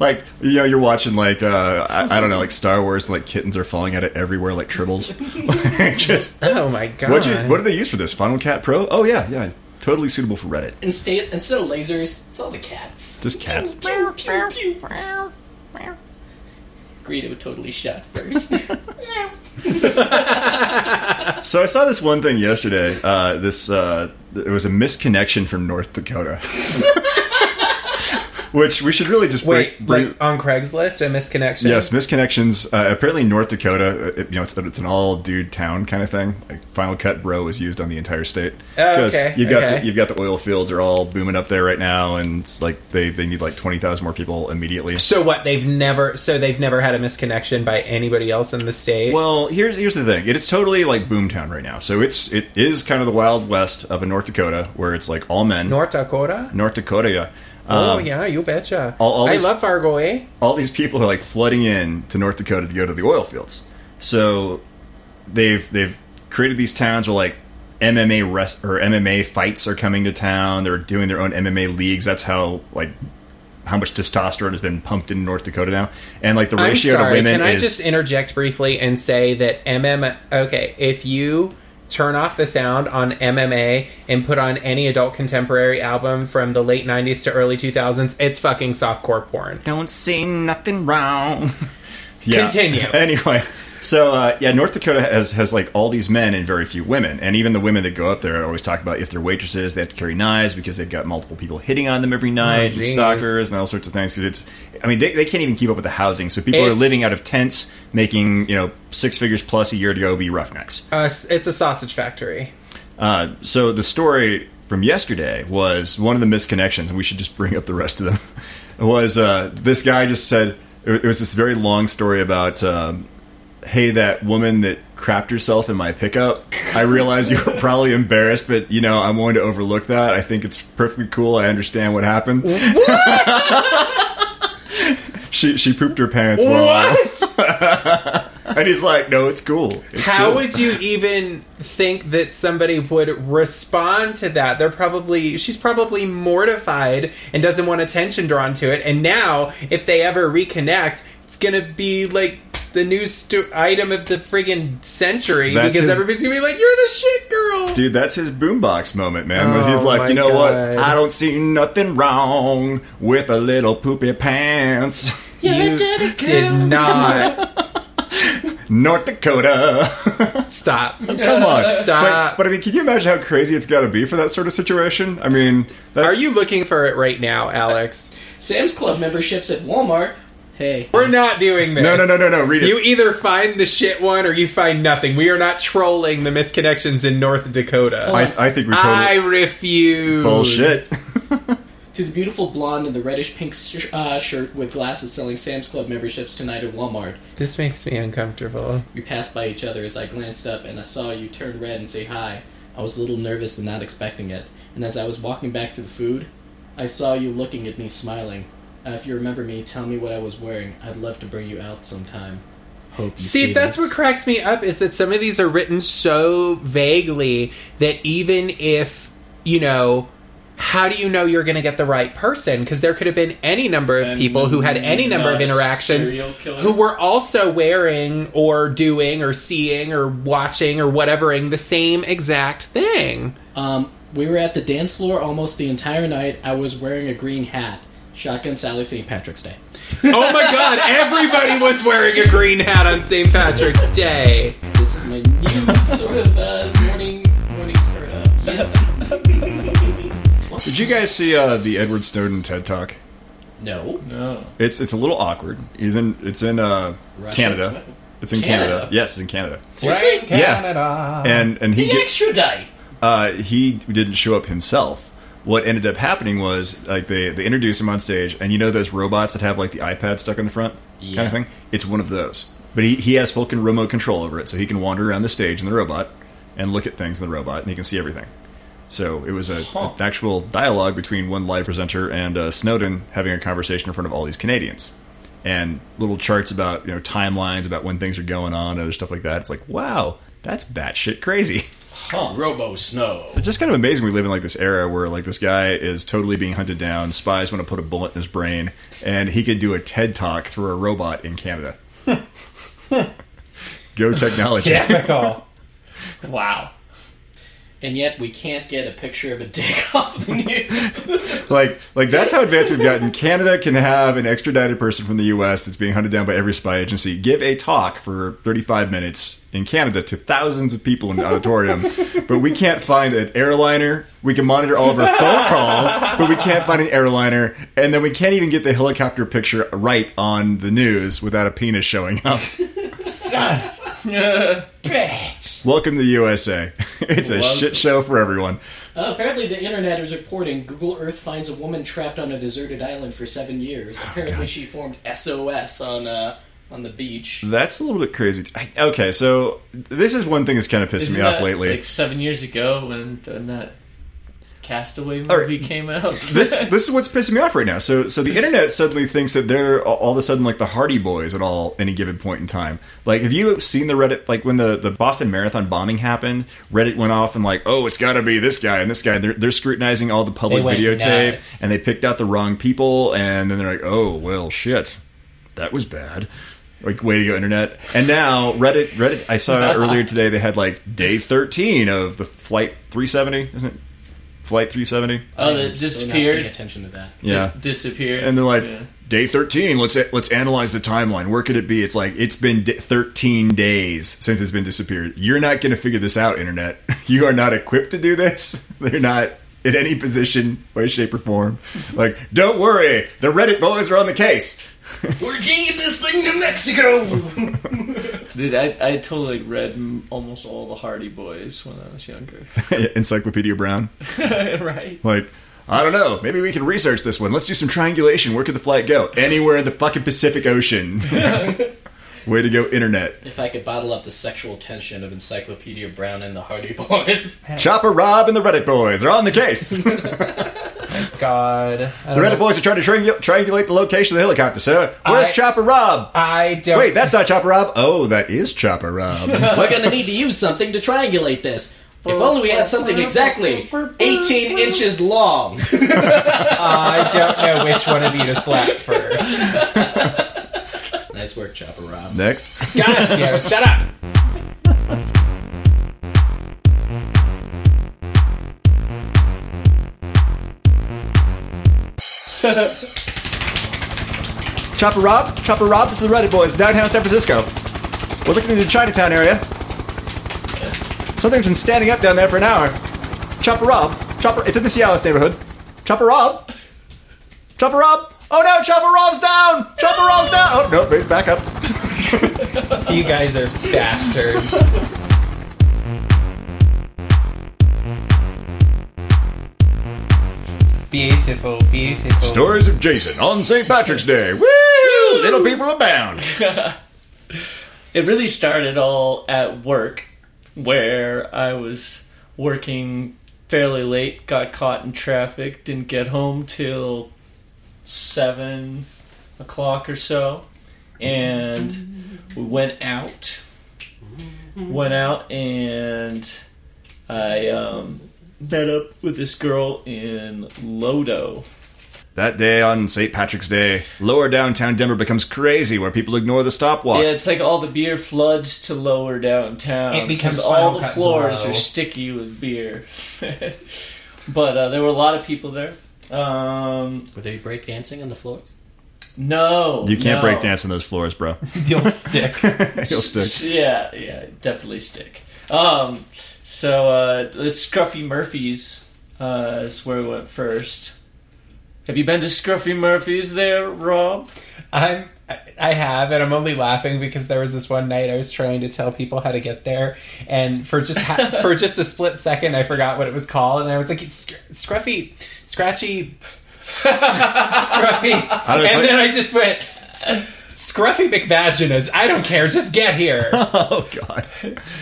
Speaker 1: like you know, you're watching like uh, I, I don't know, like Star Wars, like kittens are falling out of everywhere, like tribbles. just
Speaker 2: Oh my god.
Speaker 1: what you what do they use for this? Final Cat Pro? Oh yeah, yeah, totally suitable for Reddit.
Speaker 3: Instead, instead of lasers, it's all the cats.
Speaker 1: Just cats.
Speaker 3: Pew, pew, pew. Greedo totally shot first.
Speaker 1: So I saw this one thing yesterday. Uh, this uh, it was a misconnection from North Dakota, which we should really just
Speaker 2: Wait,
Speaker 1: break. break-
Speaker 2: like on Craigslist, a misconnection?
Speaker 1: Yes, misconnections. Uh, apparently, North Dakota, uh, it, you know, it's, it's an all dude town kind of thing. Like Final Cut Bro is used on the entire state.
Speaker 2: Oh,
Speaker 1: 'Cause
Speaker 2: okay,
Speaker 1: You've got
Speaker 2: okay.
Speaker 1: the, you've got the oil fields are all booming up there right now, and it's like they, they need like twenty thousand more people immediately.
Speaker 2: So what? They've never so they've never had a misconnection by anybody else in the state.
Speaker 1: Well, here's here's the thing. It is totally like boomtown right now. So it's it is kind of the wild west up in North Dakota, where it's like all men.
Speaker 2: North Dakota.
Speaker 1: North Dakota. Yeah.
Speaker 2: oh
Speaker 1: Um,
Speaker 2: yeah, you betcha.
Speaker 1: all- all
Speaker 2: I
Speaker 1: these-
Speaker 2: love Fargo. Eh?
Speaker 1: All these people are like flooding in to North Dakota to go to the oil fields. So they've they've created these towns where like MMA rest or MMA fights are coming to town. They're doing their own MMA leagues. That's how like how much testosterone has been pumped in North Dakota now. And like the
Speaker 2: I'm
Speaker 1: ratio
Speaker 2: sorry.
Speaker 1: to women
Speaker 2: Can I
Speaker 1: is
Speaker 2: just interject briefly and say that MMA? Okay, if you turn off the sound on MMA and put on any adult contemporary album from the late '90s to early 2000s, it's fucking softcore porn.
Speaker 1: don't say nothing wrong. yeah.
Speaker 2: Continue.
Speaker 1: Anyway, so uh, yeah, North Dakota has has like all these men and very few women, and even the women that go up there always talk about if they're waitresses, they have to carry knives because they've got multiple people hitting on them every night, and
Speaker 2: geez.
Speaker 1: stalkers and all sorts of things. Because it's, I mean, they, they can't even keep up with the housing, so people are
Speaker 2: It's-
Speaker 1: living out of tents, making you know six figures plus a year to go be roughnecks.
Speaker 2: Uh, it's a sausage factory.
Speaker 1: Uh, so the story from yesterday was one of the misconnections, and we should just bring up the rest of them. was uh, this guy just said it it was this very long story about, um, hey, that woman that crapped herself in my pickup. I realize you were probably embarrassed, but you know I'm willing to overlook that. I think it's perfectly cool. I understand what happened. she she pooped her pants. While and he's like, no, it's cool. It's
Speaker 2: How
Speaker 1: cool."
Speaker 2: would you even think that somebody would respond to that? They're probably she's probably mortified and doesn't want attention drawn to it. And now, if they ever reconnect, it's gonna be like the new sto- item of the friggin' century
Speaker 1: That's
Speaker 2: because
Speaker 1: his-
Speaker 2: everybody's gonna be like, "You're the shit girl."
Speaker 1: Dude, that's his boombox moment, man.
Speaker 2: Oh,
Speaker 1: He's like,
Speaker 2: my
Speaker 1: you know
Speaker 2: God.
Speaker 1: what? I don't see nothing wrong with a little poopy pants.
Speaker 2: you did not
Speaker 1: North Dakota.
Speaker 2: stop.
Speaker 1: Come on.
Speaker 2: Stop.
Speaker 1: But, but I mean, can you imagine how crazy it's got to be for that sort of situation? I mean, that's,
Speaker 2: Are you looking for it right now, Alex?
Speaker 3: Sam's Club memberships at Walmart. Hey,
Speaker 2: We're not doing this.
Speaker 1: No, no, no, no, no. Read it.
Speaker 2: You either find the shit one or you find nothing. We are not trolling the misconnections in North Dakota.
Speaker 1: I, I think we totally
Speaker 2: I refuse.
Speaker 1: bullshit.
Speaker 3: to the beautiful blonde in the reddish pink sh- uh, shirt with glasses selling Sam's Club memberships tonight at Walmart.
Speaker 2: This makes me uncomfortable.
Speaker 3: We passed by each other as I glanced up and I saw you turn red and say hi. I was a little nervous and not expecting it. And as I was walking back to the food, I saw you looking at me smiling. Uh, if you remember me, tell me what I was wearing. I'd love to bring you out sometime. Hope you
Speaker 2: See,
Speaker 3: see
Speaker 2: that's
Speaker 3: this.
Speaker 2: what cracks me up is that some of these are written so vaguely that even if, you know, how do you know you're going to get the right person? Because there could have been any number of
Speaker 5: And
Speaker 2: people who had any number of
Speaker 5: not a
Speaker 2: interactions
Speaker 5: serial killer.
Speaker 2: who were also wearing or doing or seeing or watching or whatevering the same exact thing.
Speaker 3: Um, we were at the dance floor almost the entire night. I was wearing a green hat. Shotgun Sally St. Patrick's Day.
Speaker 2: Oh my god, everybody was wearing a green hat on St. Patrick's Day.
Speaker 3: This is my new sort of uh, morning morning startup.
Speaker 1: Did you guys see uh, the Edward Snowden TED Talk?
Speaker 3: No.
Speaker 5: No.
Speaker 1: It's it's a little awkward. He's in it's in uh,
Speaker 3: Russia?
Speaker 1: Canada. It's in Canada.
Speaker 3: Canada?
Speaker 1: Yes, it's in Canada.
Speaker 3: Seriously?
Speaker 1: Yeah.
Speaker 2: Canada.
Speaker 1: And and he
Speaker 3: The
Speaker 1: get,
Speaker 3: extra day.
Speaker 1: uh, he didn't show up himself. What ended up happening was like they they introduced him on stage, and you know those robots that have like the iPad stuck in the front kind
Speaker 3: Yeah.
Speaker 1: of thing. It's one of those. But he he has full con- remote control over it, so he can wander around the stage in the robot and look at things in the robot, and he can see everything. So it was a, an actual dialogue between one live presenter and uh, Snowden having a conversation in front of all these Canadians, and little charts about you know timelines about when things are going on, and other stuff like that. It's like wow, that's batshit crazy.
Speaker 3: Robo Snow.
Speaker 1: It's just kind of amazing we live in like this era where like this guy is totally being hunted down. Spies want to put a bullet in his brain, and he could do a TED talk through a robot in Canada. Go technology!
Speaker 2: Typical.
Speaker 5: Wow.
Speaker 3: And yet we can't get a picture of a dick off the news.
Speaker 1: Like like that's how advanced we've gotten. Canada can have an extradited person from the U.S. that's being hunted down by every spy agency give a talk for 35 minutes in Canada to thousands of people in the auditorium, but we can't find an airliner. We can monitor all of our phone calls, but we can't find an airliner, and then we can't even get the helicopter picture right on the news without a penis showing up.
Speaker 3: Bitch.
Speaker 1: Welcome to the USA. It's a
Speaker 5: Welcome.
Speaker 1: shit show for everyone.
Speaker 3: Uh, apparently, the internet is reporting Google Earth finds a woman trapped on a deserted island for seven years.
Speaker 5: Oh,
Speaker 3: Apparently, she formed SOS on uh, on the beach.
Speaker 1: That's a little bit crazy. I- Okay, so this is one thing that's kind of pissing
Speaker 5: Isn't
Speaker 1: me off
Speaker 5: that,
Speaker 1: lately.
Speaker 5: Like seven years ago when, when that Castaway movie
Speaker 1: right.
Speaker 5: came out.
Speaker 1: this this is what's pissing me off right now. So so the internet suddenly thinks that they're all of a sudden like the Hardy Boys at all any given point in time. Like, have you seen the Reddit? Like when the the Boston Marathon bombing happened, Reddit went off and like, oh, it's got to be this guy and this guy. They're they're scrutinizing all the public
Speaker 2: They went
Speaker 1: videotape
Speaker 2: nuts.
Speaker 1: and they picked out the wrong people, and then they're like, oh well, shit, that was bad. Like way to go, internet! And now Reddit, Reddit. I saw earlier today they had like day thirteen of the flight three seventy, isn't it? Flight three seventy.
Speaker 5: oh,
Speaker 3: I'm
Speaker 5: it
Speaker 3: still not paying
Speaker 5: disappeared.
Speaker 3: attention to that.
Speaker 1: Yeah,
Speaker 5: Disappeared.
Speaker 1: and they're like
Speaker 5: Yeah.
Speaker 1: day 13 let's let's analyze the timeline where could it be it's like it's been d- 13 days since it's been disappeared you're not going to figure this out internet you are not equipped to do this they're not in any position way shape or form like don't worry the reddit boys are on the case
Speaker 3: We're taking this thing to Mexico.
Speaker 5: Dude, I, I totally read m- almost all the Hardy Boys when I was younger.
Speaker 1: encyclopedia brown
Speaker 5: right?
Speaker 1: like I don't know. Maybe we can research this one. Let's do some triangulation. Where could the flight go? Anywhere in the fucking Pacific Ocean. Way to go, internet.
Speaker 3: if I could bottle up the sexual tension of Encyclopedia Brown and the Hardy Boys.
Speaker 1: Chopper Rob and the Reddit boys are on the case.
Speaker 2: God.
Speaker 1: The Reddit boys are trying to triangu- triangulate the location of the helicopter, sir. Where's
Speaker 2: I-
Speaker 1: Chopper Rob?
Speaker 2: I don't.
Speaker 1: Wait, that's not Chopper Rob. Oh, that is Chopper Rob.
Speaker 3: We're gonna need to use something to triangulate this. If only we had something exactly 18 inches long.
Speaker 2: I don't know which one of you to slap first.
Speaker 3: nice work, Chopper Rob.
Speaker 1: Next.
Speaker 2: God, yeah, shut up.
Speaker 1: Chopper Rob? Chopper Rob, this is the Reddit boys, downtown San Francisco. We're looking into the Chinatown area. Something's been standing up down there for an hour. Chopper Rob. Chopper, it's in the Cialis neighborhood. Chopper Rob? Chopper Rob? Oh no, Chopper Rob's down! Chopper Rob's down! Oh no, wait, back up.
Speaker 2: You guys are bastards. beautiful, beautiful.
Speaker 1: Stories of Jason on St. Patrick's Day. Woo! Little people abound.
Speaker 5: It really started all at work, where I was working fairly late, got caught in traffic, didn't get home till seven o'clock or so, and we went out. Went out and I um, met up with this girl in Lodo.
Speaker 1: That day on St. Patrick's Day, lower downtown Denver becomes crazy where people ignore the stopwatch.
Speaker 5: Yeah, it's like all the beer floods to lower downtown.
Speaker 2: It becomes
Speaker 5: 'cause all
Speaker 2: Final
Speaker 5: the
Speaker 2: Cut
Speaker 5: floors
Speaker 2: below.
Speaker 5: are sticky with beer. but uh, there were a lot of people there. Um,
Speaker 3: Were they break dancing on the floors?
Speaker 5: no,
Speaker 1: you can't
Speaker 5: no.
Speaker 1: break dance on those floors, bro.
Speaker 2: You'll stick.
Speaker 1: You'll stick.
Speaker 5: Yeah, yeah, definitely stick. Um, so uh, the Scruffy Murphys uh, is where we went first. Have you been to Scruffy Murphys there, Rob?
Speaker 2: I'm. I have, and I'm only laughing because there was this one night I was trying to tell people how to get there, and for just ha- for just a split second, I forgot what it was called, and I was like, it's sc- "Scruffy, scratchy, scruffy,"
Speaker 1: did it
Speaker 2: and
Speaker 1: tell you-
Speaker 2: then I just went, "S- "Scruffy McVaginas." I don't care. Just get here.
Speaker 1: Oh god.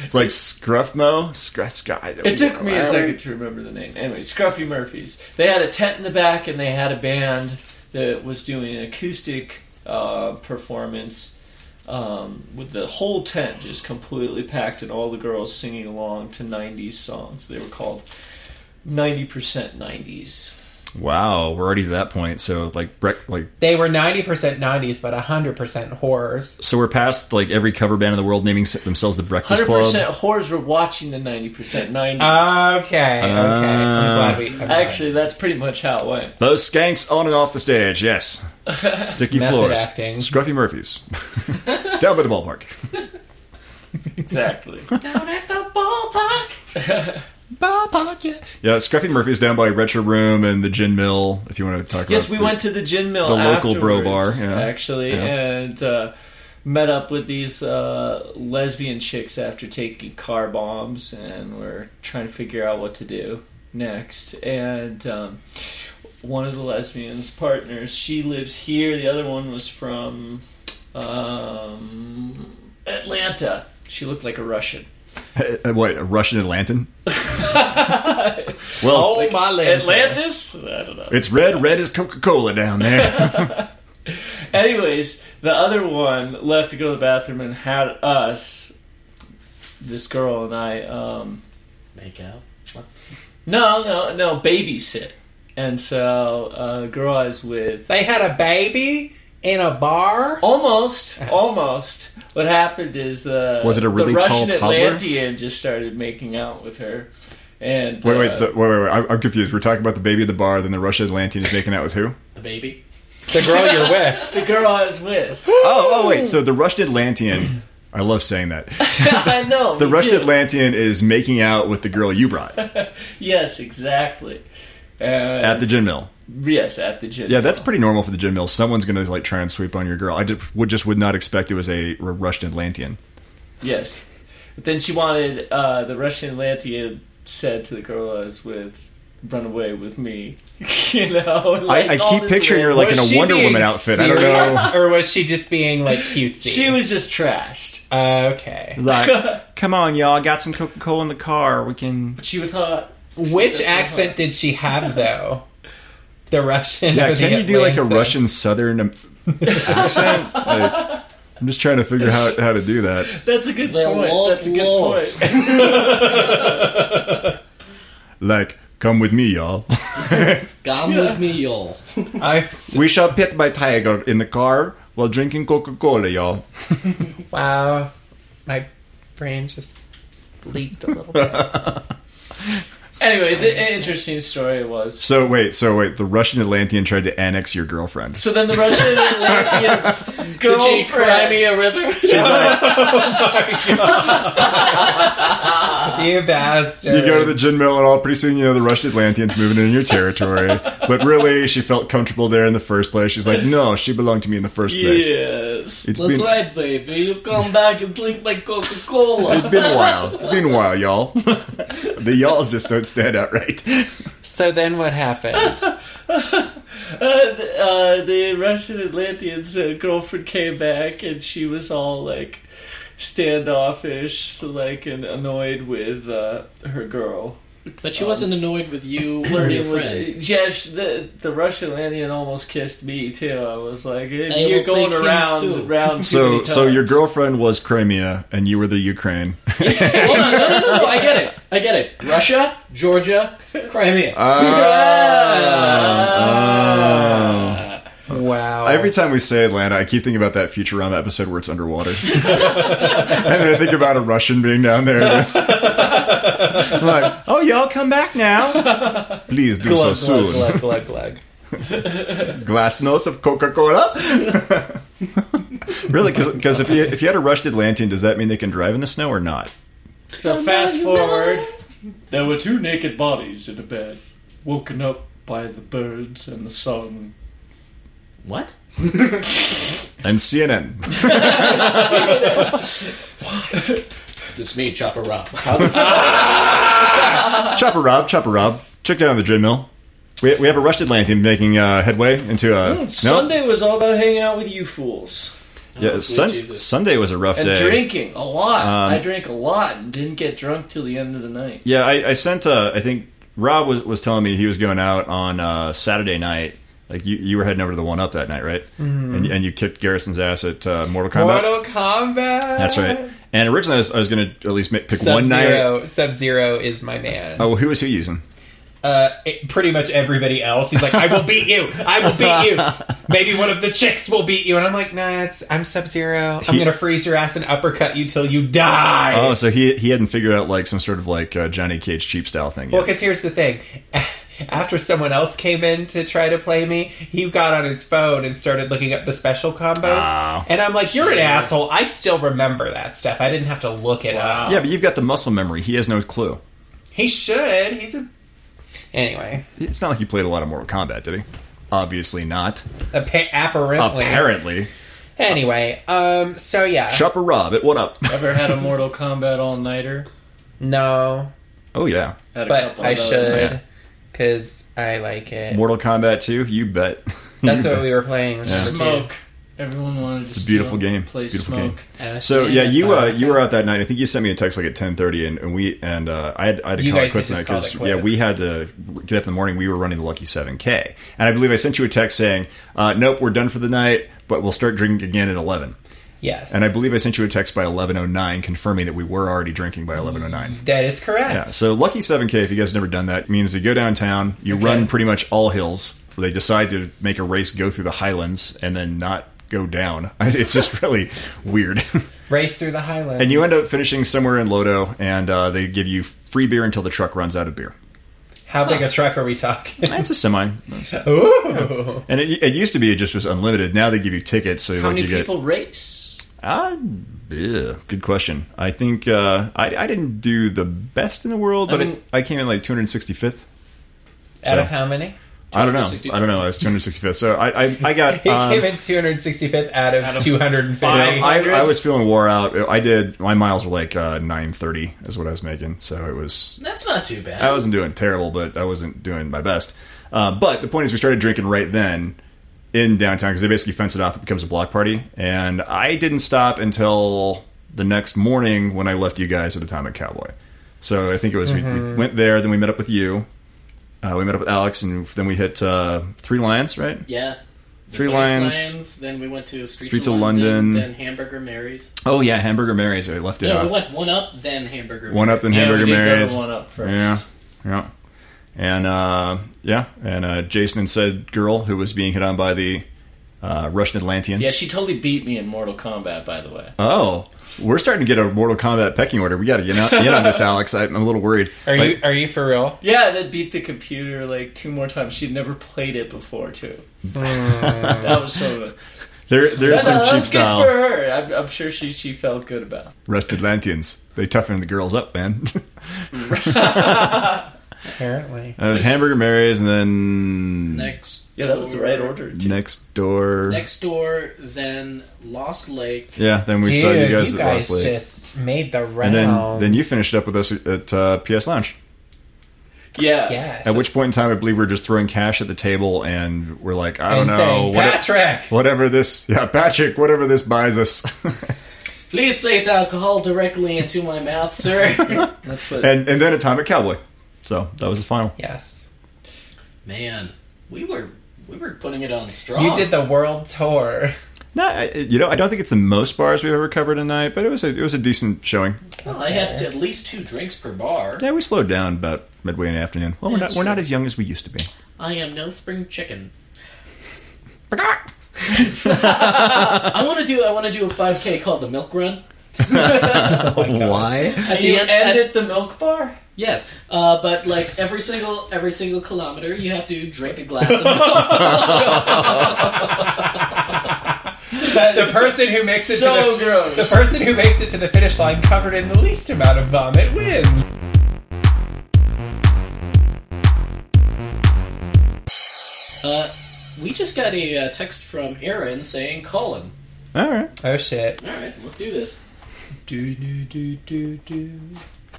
Speaker 1: It's like Scruffmo? Scruff guy.
Speaker 5: It took me a second to remember the name. Anyway, Scruffy Murphys. They had a tent in the back, and they had a band that was doing an acoustic uh, performance um, with the whole tent just completely packed, and all the girls singing along to '90s songs. They were called "90% '90s."
Speaker 1: Wow, we're already to that point. So like bre- like
Speaker 2: They were ninety percent nineties, but hundred percent horrors.
Speaker 1: so we're past like every cover band in the world naming s- themselves the Breakfast
Speaker 5: 100%
Speaker 1: Club.
Speaker 5: whores were watching the 90% 90s.
Speaker 2: Okay, okay.
Speaker 1: Uh,
Speaker 2: I'm glad we I'm glad.
Speaker 5: Actually, that's pretty much how it went.
Speaker 1: Those skanks on and off the stage, yes. Sticky
Speaker 2: Method
Speaker 1: floors.
Speaker 2: acting.
Speaker 1: Scruffy Murphys. Down by the ballpark.
Speaker 5: Exactly.
Speaker 3: Down at the ballpark.
Speaker 1: Ballpark, yeah. Yeah, Scruffy Murphys down by Retro Room and the Gin Mill, if you want to talk
Speaker 5: Yes,
Speaker 1: about
Speaker 5: we
Speaker 1: the-
Speaker 5: went to the gin mill,
Speaker 1: the local bro
Speaker 5: afterwards,
Speaker 1: bar, yeah.
Speaker 5: actually,
Speaker 1: Yeah.
Speaker 5: and uh, met up with these uh, lesbian chicks after taking car bombs, and we're trying to figure out what to do next. And um, one of the lesbians' partners, she lives here. The other one was from um, Atlanta. She looked like a Russian.
Speaker 1: Uh, What, a Russian Atlantan? well,
Speaker 2: Oh my lanta.
Speaker 5: Atlantis? I don't know.
Speaker 1: it's red. Red is Coca Cola down there.
Speaker 5: Anyways, the other one left to go to the bathroom and had us, this girl and I, um,
Speaker 3: Make out. What?
Speaker 5: no, no, no, babysit. And so uh, the girl I was with,
Speaker 2: They had a baby in a bar.
Speaker 5: almost, almost, what happened is uh,
Speaker 1: Was it a really
Speaker 5: the
Speaker 1: tall
Speaker 5: Russian
Speaker 1: toddler?
Speaker 5: Atlantean just started making out with her. And
Speaker 1: wait,
Speaker 5: uh,
Speaker 1: wait, the, wait, wait, wait. I'm, I'm confused. We're talking about the baby at the bar, then the Russian Atlantean is making out with who?
Speaker 3: The baby?
Speaker 2: The girl you're with.
Speaker 5: the girl I was with.
Speaker 1: Oh, oh, wait. So the Russian Atlantean. I love saying that.
Speaker 5: I know
Speaker 1: The
Speaker 5: me
Speaker 1: Russian
Speaker 5: too.
Speaker 1: Atlantean is making out with the girl you brought
Speaker 5: Yes, exactly. Uh,
Speaker 1: at the gin mill.
Speaker 5: yes, at the gym.
Speaker 1: Yeah, that's pretty normal for the gin mill. Someone's gonna like try and sweep on your girl. I just would just would not expect it was a r- Russian Atlantean.
Speaker 5: Yes. But then she wanted uh, the Russian Atlantean said to the girl I was with, "Run away with me." you know, like,
Speaker 1: I, I
Speaker 5: all
Speaker 1: keep
Speaker 5: this
Speaker 1: picturing her
Speaker 5: way-
Speaker 1: like in
Speaker 2: Was
Speaker 1: a
Speaker 2: she
Speaker 1: Wonder
Speaker 2: being
Speaker 1: Woman outfit. I don't know.
Speaker 2: serious, Or was she just being like cutesy?
Speaker 5: She was just trashed.
Speaker 2: okay.
Speaker 1: Like, come on, y'all. I got some Coca Cola in the car. We can.
Speaker 5: She was hot.
Speaker 2: Which accent did she have though? The Russian.
Speaker 1: Yeah,
Speaker 2: or the
Speaker 1: can you do like a
Speaker 2: Atlantic?
Speaker 1: Russian Southern um, accent? Like, I'm just trying to figure out how to do that.
Speaker 5: That's a good
Speaker 3: Well,
Speaker 5: point.
Speaker 3: lost,
Speaker 5: That's a good
Speaker 3: lost.
Speaker 5: point.
Speaker 1: Like, come with me, y'all.
Speaker 3: Come with me, y'all.
Speaker 2: I,
Speaker 1: we shall pet my tiger in the car while drinking Coca Cola, y'all.
Speaker 2: wow, my brain just leaked a little bit.
Speaker 5: Anyways, it, an interesting story it was.
Speaker 1: So wait, so wait. The Russian Atlantean tried to annex your girlfriend.
Speaker 5: So then the Russian Atlantean's
Speaker 3: Did she
Speaker 5: girlfriend.
Speaker 3: cry me a river?
Speaker 1: She's like,
Speaker 2: You bastard.
Speaker 1: You go to the gin mill and all. Pretty soon, you know the Russian Atlanteans moving into your territory. but really, she felt comfortable there in the first place. She's like, no, she belonged to me in the first place.
Speaker 5: Yes.
Speaker 1: It's
Speaker 3: That's
Speaker 1: been
Speaker 3: right, baby. You come back and drink my Coca
Speaker 1: it's
Speaker 3: Cola.
Speaker 1: been a while. It's been a while, y'all. the y'alls just don't stand out right.
Speaker 2: So then what happened?
Speaker 5: Uh, uh, the Russian Atlantean's uh, girlfriend came back and she was all like standoffish, like and annoyed with uh, her girl.
Speaker 3: But she wasn't annoyed with you or your friend.
Speaker 5: Yeah, sh- the the Russian Atlantean almost kissed me too. I was like,
Speaker 3: I
Speaker 5: you're
Speaker 3: will
Speaker 5: going
Speaker 3: take him
Speaker 5: around
Speaker 3: too."
Speaker 5: around too
Speaker 1: So,
Speaker 5: many times.
Speaker 1: so your girlfriend was Crimea, and you were the Ukraine.
Speaker 3: Hold on, no, no, no, no. I get it. I get it. Russia, Georgia, Crimea.
Speaker 1: Uh, Ah. Ah.
Speaker 2: wow.
Speaker 1: Every time we say Atlanta, I keep thinking about that Futurama episode where it's underwater, and then I think about a Russian being down there. With, I'm like, oh, y'all come back now, please do
Speaker 2: glug,
Speaker 1: so
Speaker 2: glug,
Speaker 1: soon.
Speaker 2: glug, glug, glug.
Speaker 1: Glass nose of Coca Cola. really, because if you if you had a rushed Atlantean, does that mean they can drive in the snow or not?
Speaker 5: So fast forward, there were two naked bodies in a bed, woken up by the birds and the sun.
Speaker 3: What?
Speaker 1: And CNN.
Speaker 3: It's me, Chopper Rob.
Speaker 1: Chopper Rob, Chopper Rob, check down the gin mill. We, we have a rushed Atlantean making uh, headway into
Speaker 3: Mm,
Speaker 1: a no?
Speaker 5: Sunday was all about hanging out with you fools
Speaker 1: Yeah,
Speaker 3: Oh, sweet
Speaker 1: Sun-
Speaker 3: Jesus.
Speaker 1: Sunday was a rough
Speaker 5: and
Speaker 1: day.
Speaker 5: drinking a lot.
Speaker 1: Um,
Speaker 5: I drank a lot and didn't get drunk till the end of the night.
Speaker 1: Yeah, I, I sent. Uh, I think Rob was, was telling me he was going out on uh, Saturday night. Like you, you were heading over to the one up that night, right? And, and you kicked Garrison's ass at uh, Mortal Kombat.
Speaker 2: Mm-hmm. Mortal Kombat.
Speaker 1: That's right. And originally, I was, I was going to at least make, pick one night.
Speaker 2: Sub-Zero, Sub-Zero is my man.
Speaker 1: Oh, well, who was he using?
Speaker 2: Uh, it- pretty much everybody else. He's like, I will beat you. I will beat you. Maybe one of the chicks will beat you. And I'm like, nah, it's, I'm Sub-Zero. I'm
Speaker 1: He-
Speaker 2: going to freeze your ass and uppercut you till you die.
Speaker 1: Oh, so he he hadn't figured out like some sort of like uh, Johnny Cage cheap style thing. Yet.
Speaker 2: Well, because here's the thing. After someone else came in to try to play me, he got on his phone and started looking up the special combos.
Speaker 1: Oh.
Speaker 2: and I'm like, you're an asshole. I still remember that stuff. I didn't have to look it up.
Speaker 1: yeah, but you've got the muscle memory. He has no clue.
Speaker 2: He should. He's a. Anyway,
Speaker 1: It's not like he played a lot of Mortal Kombat, did he? Obviously not.
Speaker 2: appa- apparently.
Speaker 1: Apparently,
Speaker 2: Anyway, um, so yeah.
Speaker 1: Chopper Rob at one up.
Speaker 5: Ever had a Mortal Kombat all nighter?
Speaker 2: no,
Speaker 1: oh yeah,
Speaker 5: Had a
Speaker 2: but
Speaker 5: couple
Speaker 2: I
Speaker 5: of those.
Speaker 2: should. Because I like it.
Speaker 1: Mortal Kombat 2, You bet.
Speaker 2: That's
Speaker 1: You
Speaker 2: what
Speaker 1: bet.
Speaker 2: we were playing. remember, too.
Speaker 5: Smoke. Everyone wanted to. It's
Speaker 1: a beautiful game.
Speaker 5: Play
Speaker 1: It's a beautiful
Speaker 5: smoke.
Speaker 1: game. So yeah, you uh, you were out that night. I think you sent me a text like at ten thirty, and, and we and uh, I had I had to
Speaker 2: You
Speaker 1: call it
Speaker 2: guys
Speaker 1: quits
Speaker 2: had
Speaker 1: tonight
Speaker 2: just called
Speaker 1: because
Speaker 2: it
Speaker 1: yeah
Speaker 2: quits.
Speaker 1: we had to get up in the morning. We were running the lucky seven k, and I believe I sent you a text saying, uh, "Nope, we're done for the night, but we'll start drinking again at 11.
Speaker 2: Yes.
Speaker 1: And I believe I sent you a text by eleven oh nine confirming that we were already drinking by eleven oh nine.
Speaker 2: that is correct.
Speaker 1: Yeah, so Lucky 7K, if you guys have never done that, means you go downtown, you run pretty much all hills. They decide to make a race go through the highlands and then not go down. It's just really weird.
Speaker 2: Race through the highlands.
Speaker 1: and you end up finishing somewhere in Lodo, and uh, they give you free beer until the truck runs out of beer.
Speaker 2: How big a truck are we talking?
Speaker 1: It's a semi.
Speaker 2: Ooh.
Speaker 1: And it, it used to be it just was unlimited. Now they give you tickets. So
Speaker 5: How
Speaker 1: like
Speaker 5: many
Speaker 1: you get,
Speaker 5: people race?
Speaker 1: Ah, yeah, good question. I think uh, I, I didn't do the best in the world, but I,
Speaker 5: mean-
Speaker 1: I came in like 265th.
Speaker 2: Out of
Speaker 1: So.
Speaker 2: how many?
Speaker 1: I don't know.
Speaker 3: 260.
Speaker 1: I don't know. I was 265th. So I, I, I got.
Speaker 2: He
Speaker 1: um,
Speaker 2: came in 265th out of, 250.
Speaker 1: you know, I,
Speaker 5: 500?
Speaker 1: I was feeling wore out. I did. My miles were like uh, 930 is what I was making. So it was.
Speaker 3: That's not too bad.
Speaker 1: I wasn't doing terrible, but I wasn't doing my best. Uh, but the point is, we started drinking right then in downtown because they basically fence it off. It becomes a block party, and I didn't stop until the next morning when I left you guys at Atomic Cowboy. So I think it was we, we went there, then we met up with you. Uh, we met up with Alex, and then we hit uh, Three Lions, right?
Speaker 3: yeah. The
Speaker 1: Three
Speaker 3: Thirty
Speaker 1: Lions.
Speaker 3: Then we went to Streets,
Speaker 1: Streets
Speaker 3: of
Speaker 1: of
Speaker 3: London,
Speaker 1: London.
Speaker 3: Then Hamburger Mary's.
Speaker 1: Oh yeah, Hamburger Mary's. I left it
Speaker 3: No,
Speaker 1: off.
Speaker 3: we went one up, then Hamburger.
Speaker 1: One up
Speaker 3: Mary's.
Speaker 1: then
Speaker 5: Yeah, we
Speaker 1: Hamburger
Speaker 5: did go to
Speaker 1: Mary's.
Speaker 5: one up first.
Speaker 1: Yeah, yeah, and uh, yeah, and uh, Jason and said girl who was being hit on by the uh, Russian Atlantean.
Speaker 5: Yeah, she totally beat me in Mortal Kombat. By the way,
Speaker 1: Oh, we're starting to get a Mortal Kombat pecking order. We got to get on, get on this, Alex. I, I'm a little worried.
Speaker 2: are
Speaker 1: Like,
Speaker 2: you are you for real?
Speaker 5: yeah, that beat the computer like two more times. She'd never played it before too. that was so.
Speaker 1: there, there's
Speaker 5: No,
Speaker 1: some
Speaker 5: no,
Speaker 1: cheap
Speaker 5: that's Good for
Speaker 1: style
Speaker 5: her. I'm, I'm sure she she felt good about. it.
Speaker 1: Russian Atlanteans. They toughen the girls up, man.
Speaker 2: Apparently.
Speaker 1: Uh, It was Hamburger Mary's, and then
Speaker 3: Next.
Speaker 5: Yeah, that was the
Speaker 3: door-
Speaker 5: right order. too.
Speaker 1: next door.
Speaker 3: Next door, then Lost Lake.
Speaker 1: yeah, then we
Speaker 2: Dude,
Speaker 1: saw you guys at Lost Lake,
Speaker 2: just made the
Speaker 1: and
Speaker 2: rounds.
Speaker 1: then then you finished up with us at uh, PS Lounge. Mm.
Speaker 5: Yeah.
Speaker 2: Yes.
Speaker 1: At which point in time, I believe we were just throwing cash at the table, and we're like, I don't
Speaker 2: and
Speaker 1: know,
Speaker 2: saying,
Speaker 1: what-
Speaker 2: Patrick.
Speaker 1: whatever this, yeah, Patrick, whatever this buys us,
Speaker 3: Please place alcohol directly into my mouth, sir.
Speaker 5: That's what.
Speaker 1: and and then Atomic Cowboy. So that was the final.
Speaker 2: Yes.
Speaker 3: Man, we were we were putting it on strong.
Speaker 2: You did the world tour.
Speaker 1: Nah, I- you know, I don't think it's the most bars we've ever covered a night, but it was a it was a decent showing.
Speaker 3: Well, I had at least two drinks per bar.
Speaker 1: Yeah, we slowed down about midway in the afternoon. Well, we're
Speaker 3: That's
Speaker 1: not we're not
Speaker 3: true.
Speaker 1: as young as we used to be.
Speaker 3: I am no spring chicken. I want to do. I want to do a 5K called the Milk Run.
Speaker 2: uh,
Speaker 1: Why?
Speaker 3: At
Speaker 5: you
Speaker 3: the end, at-
Speaker 5: end at the milk bar?
Speaker 3: yes, uh, but like every single every single kilometer, you have to drink a glass of milk.
Speaker 2: the person who makes it
Speaker 3: so
Speaker 2: to the,
Speaker 3: gross.
Speaker 2: the person who makes it to the finish line covered in the least amount of vomit wins.
Speaker 3: Uh, we just got a uh, text from Aaron saying, "Call him."
Speaker 1: All right.
Speaker 2: Oh shit.
Speaker 3: All right, let's do this.
Speaker 5: Do, do, do, do, do.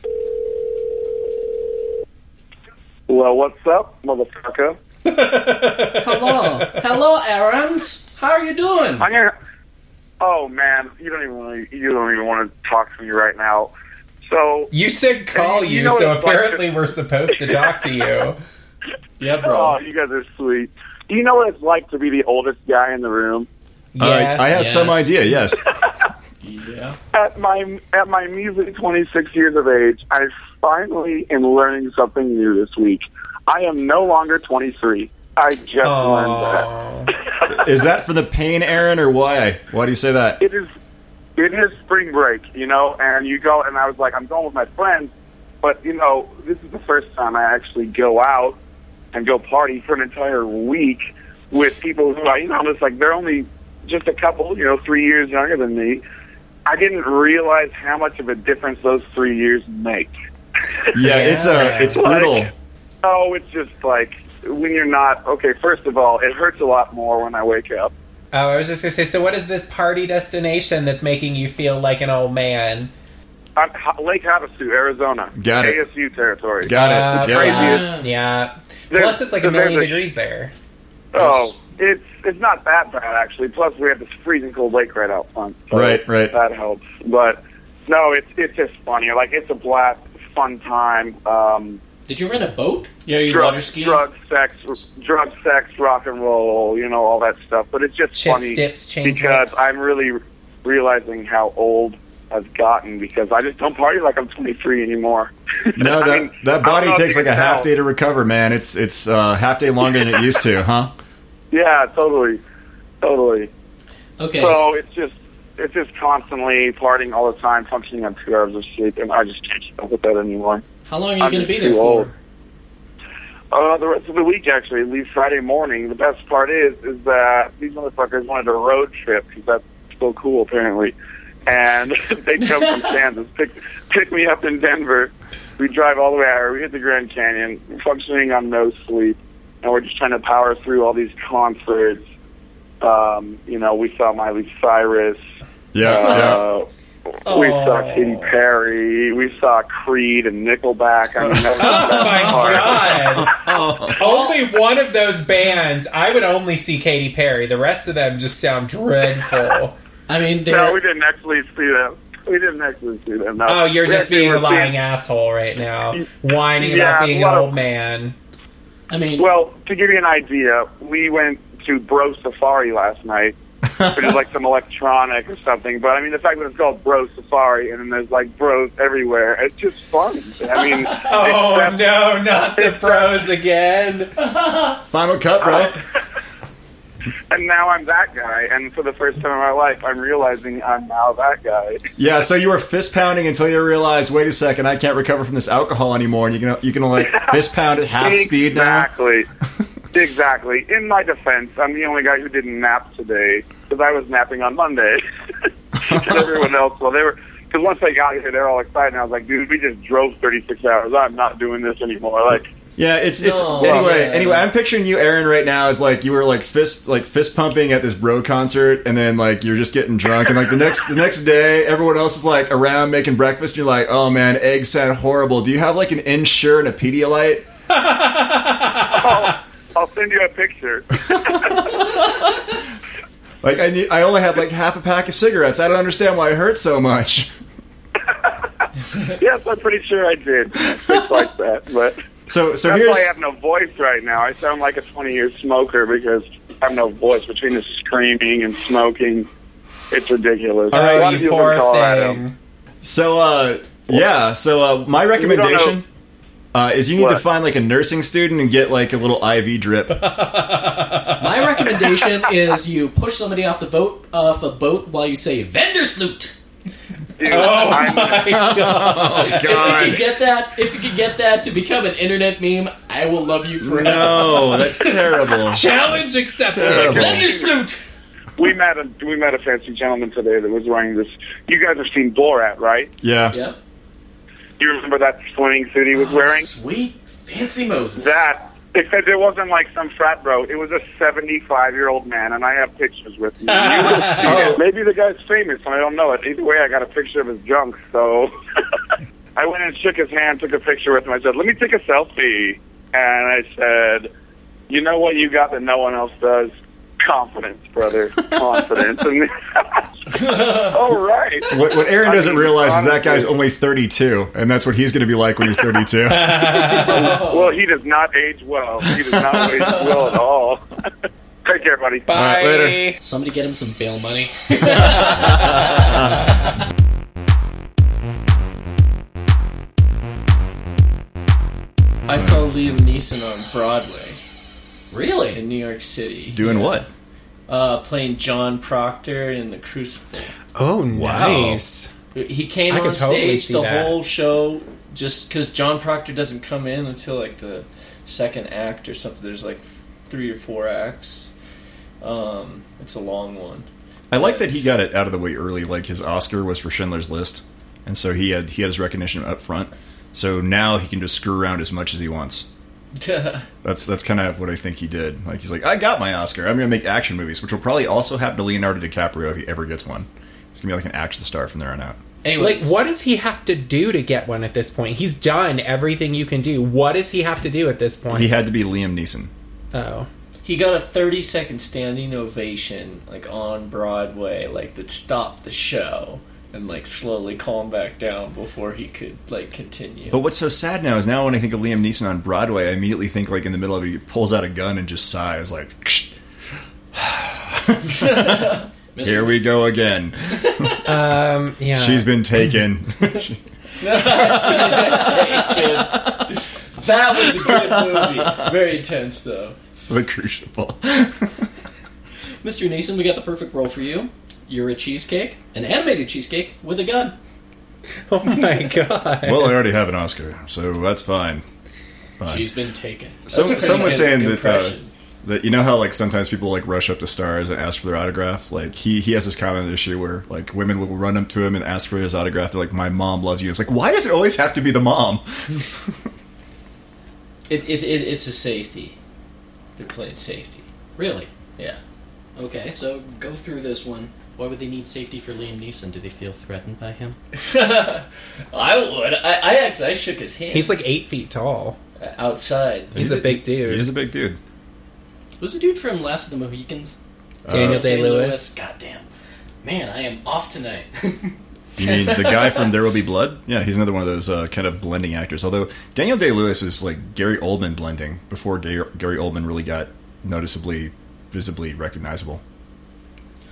Speaker 4: Well, what's up, motherfucker?
Speaker 3: Hello, hello, Aaron's. How are you doing?
Speaker 4: I'm gonna. Oh man, you don't even wanna, you don't even want to talk to me right now. So
Speaker 2: You said call
Speaker 4: And you
Speaker 2: you,
Speaker 4: know
Speaker 2: so
Speaker 4: it's like-
Speaker 2: apparently we're supposed to talk to you.
Speaker 5: Yeah,
Speaker 4: Oh,
Speaker 5: bro.
Speaker 4: you guys are sweet. Do you know what it's like to be the oldest guy in the room?
Speaker 1: All right.
Speaker 2: yes.
Speaker 1: I have some
Speaker 3: yes.
Speaker 1: idea. Yes.
Speaker 5: Yeah.
Speaker 4: At my at my measly 26 years of age, I finally am learning something new this week. I am no longer 23. I just learned
Speaker 2: Aw. Oh,
Speaker 4: that.
Speaker 1: Is that for the pain, Aaron, or why? Why do you say that?
Speaker 4: it is it is spring break, you know, and you go and I was like, I'm going with my friends, but you know, this is the first time I actually go out and go party for an entire week with people who I you know, I'm just like they're only just a couple, you know, three years younger than me. I didn't realize how much of a difference those three years make.
Speaker 1: Yeah, it's
Speaker 2: Yeah.
Speaker 1: a it's
Speaker 4: Like-
Speaker 1: brutal.
Speaker 4: Oh, it's just like when you're not okay, first of all, it hurts a lot more when I wake up.
Speaker 2: Oh, I was just gonna say. So, what is this party destination that's making you feel like an old man?
Speaker 4: I'm Lake Havasu, Arizona.
Speaker 1: Got it.
Speaker 4: ASU territory.
Speaker 1: Got it.
Speaker 2: Uh,
Speaker 1: Yeah.
Speaker 2: yeah. yeah.
Speaker 4: There's-
Speaker 2: Plus, it's like a
Speaker 4: there's
Speaker 2: million
Speaker 4: a-
Speaker 2: degrees there.
Speaker 4: Oh, it's it's not that bad actually. Plus, we have this freezing cold lake right out front. so
Speaker 1: Right, right.
Speaker 4: That helps. But no, it's it's just funny. Like it's a blast, fun time. Um,
Speaker 3: Did you rent a boat?
Speaker 5: Yeah, you
Speaker 4: drug,
Speaker 5: water skiing?
Speaker 4: drug, sex, drug, sex, rock and roll. You know all that stuff. But it's just
Speaker 2: Chips,
Speaker 4: funny
Speaker 2: dips, change
Speaker 4: because
Speaker 2: mix.
Speaker 4: I'm really realizing how old I've gotten because I just don't party like I'm 23 anymore.
Speaker 1: No,
Speaker 4: I
Speaker 1: that
Speaker 4: mean, I
Speaker 1: that
Speaker 4: don't
Speaker 1: body
Speaker 4: know if
Speaker 1: takes
Speaker 4: you
Speaker 1: like a
Speaker 4: can
Speaker 1: half
Speaker 4: tell.
Speaker 1: day to recover, man. It's it's uh, half day longer than it used to, huh?
Speaker 4: Yeah, totally, totally.
Speaker 3: Okay.
Speaker 4: So it's just it's just constantly partying all the time, functioning on two hours of sleep, and I just can't keep up with that anymore.
Speaker 3: How long are you
Speaker 4: I'm
Speaker 3: going to be
Speaker 4: too
Speaker 3: there
Speaker 4: old.
Speaker 3: for?
Speaker 4: Uh, the rest of the week, actually, at least Friday morning. The best part is is that these motherfuckers wanted a road trip because that's so cool, apparently. And they come from Kansas, pick pick me up in Denver. We drive all the way out here. We hit the Grand Canyon, functioning on no sleep, and we're just trying to power through all these concerts. Um, you know, we saw Miley Cyrus.
Speaker 1: Yeah,
Speaker 4: Uh, we
Speaker 2: Aw.
Speaker 4: saw Katy Perry. We saw Creed and Nickelback. I mean, that was
Speaker 2: Oh my
Speaker 4: the best part.
Speaker 2: god! Oh.
Speaker 1: yeah.
Speaker 2: only one of those bands. I would only see Katy Perry. The rest of them just sound dreadful.
Speaker 3: I mean, there.
Speaker 4: No, we didn't actually see them. We didn't actually see them. No.
Speaker 2: Oh, you're
Speaker 4: We
Speaker 2: just
Speaker 4: actually
Speaker 2: being
Speaker 4: were
Speaker 2: a lying
Speaker 4: seeing-
Speaker 2: asshole right now, whining about
Speaker 4: Yeah,
Speaker 2: being an
Speaker 4: well-
Speaker 2: old man.
Speaker 3: I mean,
Speaker 4: Well, to give you an idea, we went to Bro Safari last night, which is like some electronic or something. But I mean, the fact that it's called Bro Safari and then there's like bros everywhere, it's just fun. I mean,
Speaker 2: Oh
Speaker 4: except-
Speaker 2: no, not the pros again.
Speaker 1: Final cut, right?
Speaker 4: and now I'm that guy. And for the first time in my life, I'm realizing I'm now that guy.
Speaker 1: Yeah. So you were fist pounding until you realized, wait a second, I can't recover from this alcohol anymore, and you can you can like fist pound at half speed now.
Speaker 4: Exactly. exactly. In my defense, I'm the only guy who didn't nap today because I was napping on Monday, and everyone else. Well, they were Because once they got here, they're all excited. And I was like, dude, we just drove 36 hours. I'm not doing this anymore. Like,
Speaker 1: Yeah, it's it's
Speaker 5: No.
Speaker 1: anyway.
Speaker 5: Yeah.
Speaker 1: Anyway, I'm picturing you, Aaron, right now as like you were like fist like fist pumping at this bro concert, and then like you're just getting drunk, and like the next the next day, everyone else is like around making breakfast, and you're like, oh man, eggs sound horrible. Do you have like an Ensure and a Pedialyte?
Speaker 4: I'll, I'll send you a picture.
Speaker 1: Like I need, I only had like half a pack of cigarettes. I don't understand why it hurts so much.
Speaker 4: yes, I'm pretty sure I did. It's like that. But
Speaker 1: So so
Speaker 4: that's
Speaker 1: here's
Speaker 4: why I have no voice right now. I sound like a 20 year smoker because I have no voice between the screaming and smoking. It's ridiculous. a
Speaker 2: Oh,
Speaker 4: lot of
Speaker 2: you
Speaker 4: people in
Speaker 2: poor
Speaker 4: Colorado.
Speaker 2: thing.
Speaker 1: So uh yeah, so uh my recommendation uh, is you need to
Speaker 4: What?
Speaker 1: find like a nursing student and get like a little IV drip.
Speaker 3: My recommendation is you push somebody off the boat off a boat while you say Vandersloot.
Speaker 4: Dude,
Speaker 5: Oh
Speaker 4: I'm,
Speaker 5: my god!
Speaker 3: If you could get that, if you could get that to become an internet meme, I will love you forever.
Speaker 1: No, that's terrible.
Speaker 5: Challenge accepted.
Speaker 1: Terrible.
Speaker 5: Vandersloot.
Speaker 4: we met a we met a fancy gentleman today that was wearing this. You guys have seen Borat, right?
Speaker 1: Yeah.
Speaker 3: Yep.
Speaker 4: You remember that swimming suit he was wearing?
Speaker 3: Sweet fancy Moses.
Speaker 4: That. Except it wasn't like some frat bro. It was a 75 year old man, and I have pictures with me. You would've seen it. Maybe the guy's famous, and I don't know it. Either way, I got a picture of his junk, so. I went and shook his hand, took a picture with him. I said, Let me take a selfie. And I said, You know what you got that no one else does? Confidence, brother. Confidence. And all right.
Speaker 1: What, what Aaron
Speaker 4: I
Speaker 1: doesn't
Speaker 4: mean,
Speaker 1: realize is that
Speaker 4: honestly-
Speaker 1: guy's only 32, and that's what he's going to be like when he's 32.
Speaker 4: Well, he does not age well. He does not age well at all. Take care, buddy.
Speaker 2: Bye.
Speaker 1: right, later.
Speaker 3: Somebody get him some bail money.
Speaker 5: I saw Liam Neeson on Broadway
Speaker 3: Really?
Speaker 5: in New York City.
Speaker 1: Doing what?
Speaker 5: Uh, playing John Proctor in The Crucible.
Speaker 2: Oh, nice.
Speaker 5: He came
Speaker 2: I
Speaker 5: on
Speaker 2: could totally
Speaker 5: stage
Speaker 2: see
Speaker 5: the
Speaker 2: that.
Speaker 5: whole show just because John Proctor doesn't come in until like the second act or something. There's like three or four acts. Um, it's a long one.
Speaker 1: I like that he got it out of the way early. Like his Oscar was for Schindler's List, and so he had he had his recognition up front. So now he can just screw around as much as he wants. That's that's kind of what I think he did. Like he's like, I got my Oscar. I'm going to make action movies, which will probably also happen to Leonardo DiCaprio if he ever gets one. He's going to be like an action star from there on out.
Speaker 2: Like,
Speaker 5: Anyways,
Speaker 2: what does he have to do to get one at this point? He's done everything you can do. What does he have to do at this
Speaker 1: He
Speaker 2: point?
Speaker 1: had to be Liam Neeson.
Speaker 2: oh.
Speaker 5: he got a 30 second standing ovation like on broadway like that stopped the show and like slowly calmed back down before he could like continue
Speaker 1: But what's so sad now is now when I think of Liam Neeson on Broadway, I immediately think like in the middle of it, he pulls out a gun and just sighs like,
Speaker 3: Mr.
Speaker 1: "Here we go again.
Speaker 2: Um, yeah.
Speaker 1: She's been taken."
Speaker 5: that was a good movie very tense though
Speaker 1: the crucible.
Speaker 3: Mr. Neeson, we got the perfect role for you. You're a cheesecake, an animated cheesecake with a gun.
Speaker 2: oh my god.
Speaker 1: well, I already have an Oscar, so that's fine. Fine.
Speaker 3: She's been taken.
Speaker 1: Some,
Speaker 5: pretty
Speaker 1: some was
Speaker 5: good
Speaker 1: saying that uh,
Speaker 5: impression.
Speaker 1: that you know how like sometimes people like rush up to stars and ask for their autographs. Like he he has this common issue where like women will run up to him and ask for his autograph. They're like, "My mom loves you." It's like, why does it always have to be the mom?
Speaker 5: it, it, it, it's a safety they're playing safety
Speaker 3: Really?
Speaker 5: yeah
Speaker 3: Okay, so go through this one. Why would they need safety for Liam Neeson? Do they feel threatened by him?
Speaker 5: i would i, I actually i shook his hand
Speaker 2: He's like eight feet tall.
Speaker 5: outside
Speaker 2: He's a big dude.
Speaker 1: He is a big dude.
Speaker 3: Who's the dude from Last of the Mohicans?
Speaker 2: uh, Daniel Day Lewis.
Speaker 3: Goddamn. Man, I am off tonight.
Speaker 1: You mean the guy from There Will Be Blood? Yeah, he's another one of those uh, kind of blending actors. Although Daniel Day Lewis is like Gary Oldman blending before Gary, Gary Oldman really got noticeably, visibly recognizable.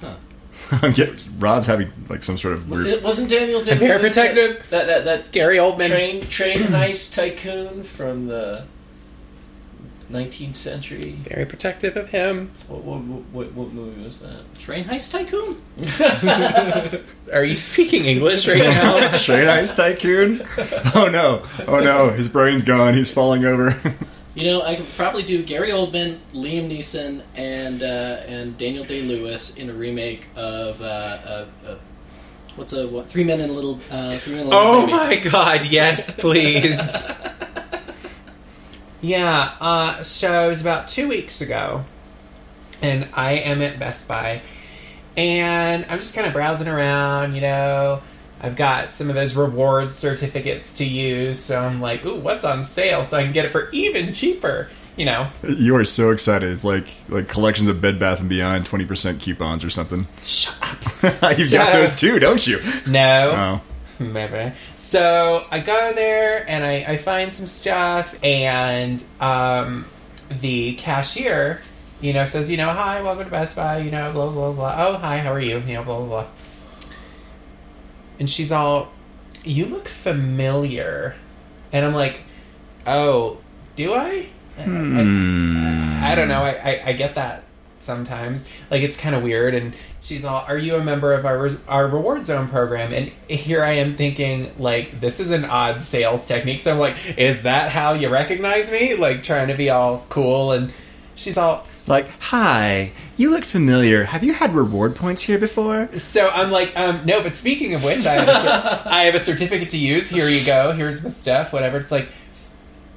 Speaker 3: Huh.
Speaker 1: I'm get, Rob's having like some sort of weird.
Speaker 5: It wasn't Daniel Day.
Speaker 2: And Peter
Speaker 5: Lewis that-
Speaker 2: Protected.
Speaker 5: That that that
Speaker 2: Gary Oldman.
Speaker 5: train train heist tycoon from the nineteenth century.
Speaker 2: Very protective of him.
Speaker 5: What what, what what movie was that?
Speaker 3: Train Heist Tycoon?
Speaker 2: Are you speaking English right now?
Speaker 1: Train Ice Tycoon? Oh no! Oh no! His brain's gone. He's falling over.
Speaker 3: You know, I could probably do Gary Oldman, Liam Neeson, and uh, and Daniel Day Lewis in a remake of uh, uh, uh, What's a what? Three men and a little. Uh, three men and a little
Speaker 2: Oh
Speaker 3: baby.
Speaker 2: my god, yes, please. yeah, uh, so it was about two weeks ago, and I am at Best Buy, and I'm just kind of browsing around, you know. I've got some of those reward certificates to use, so I'm like, ooh, what's on sale so I can get it for even cheaper, you know.
Speaker 1: You are so excited. It's like like collections of Bed Bath and Beyond twenty percent coupons or something.
Speaker 2: Shut up.
Speaker 1: You've
Speaker 2: So-
Speaker 1: got those too, don't you?
Speaker 2: No.
Speaker 1: Oh,
Speaker 2: Maybe. So I go there and I, I find some stuff, and um, the cashier, you know, says, you know, hi, welcome to Best Buy, you know, blah, blah, blah. Oh, hi, how are you? You know, blah, blah, blah. And she's all, you look familiar. And I'm like, oh, do I? I- I, I don't know. I, I, I get that sometimes. Like it's kind of weird. And she's all, "Are you a member of our our reward zone program?" And here I am thinking, like, this is an odd sales technique. So I'm like, "Is that how you recognize me?" Like trying to be all cool. And she's all,
Speaker 1: like hi, you look familiar. Have you had reward points here before?
Speaker 2: So I'm like, um, no, but speaking of which, I have, a cer- I have a certificate to use. Here you go. Here's my stuff, whatever. It's like,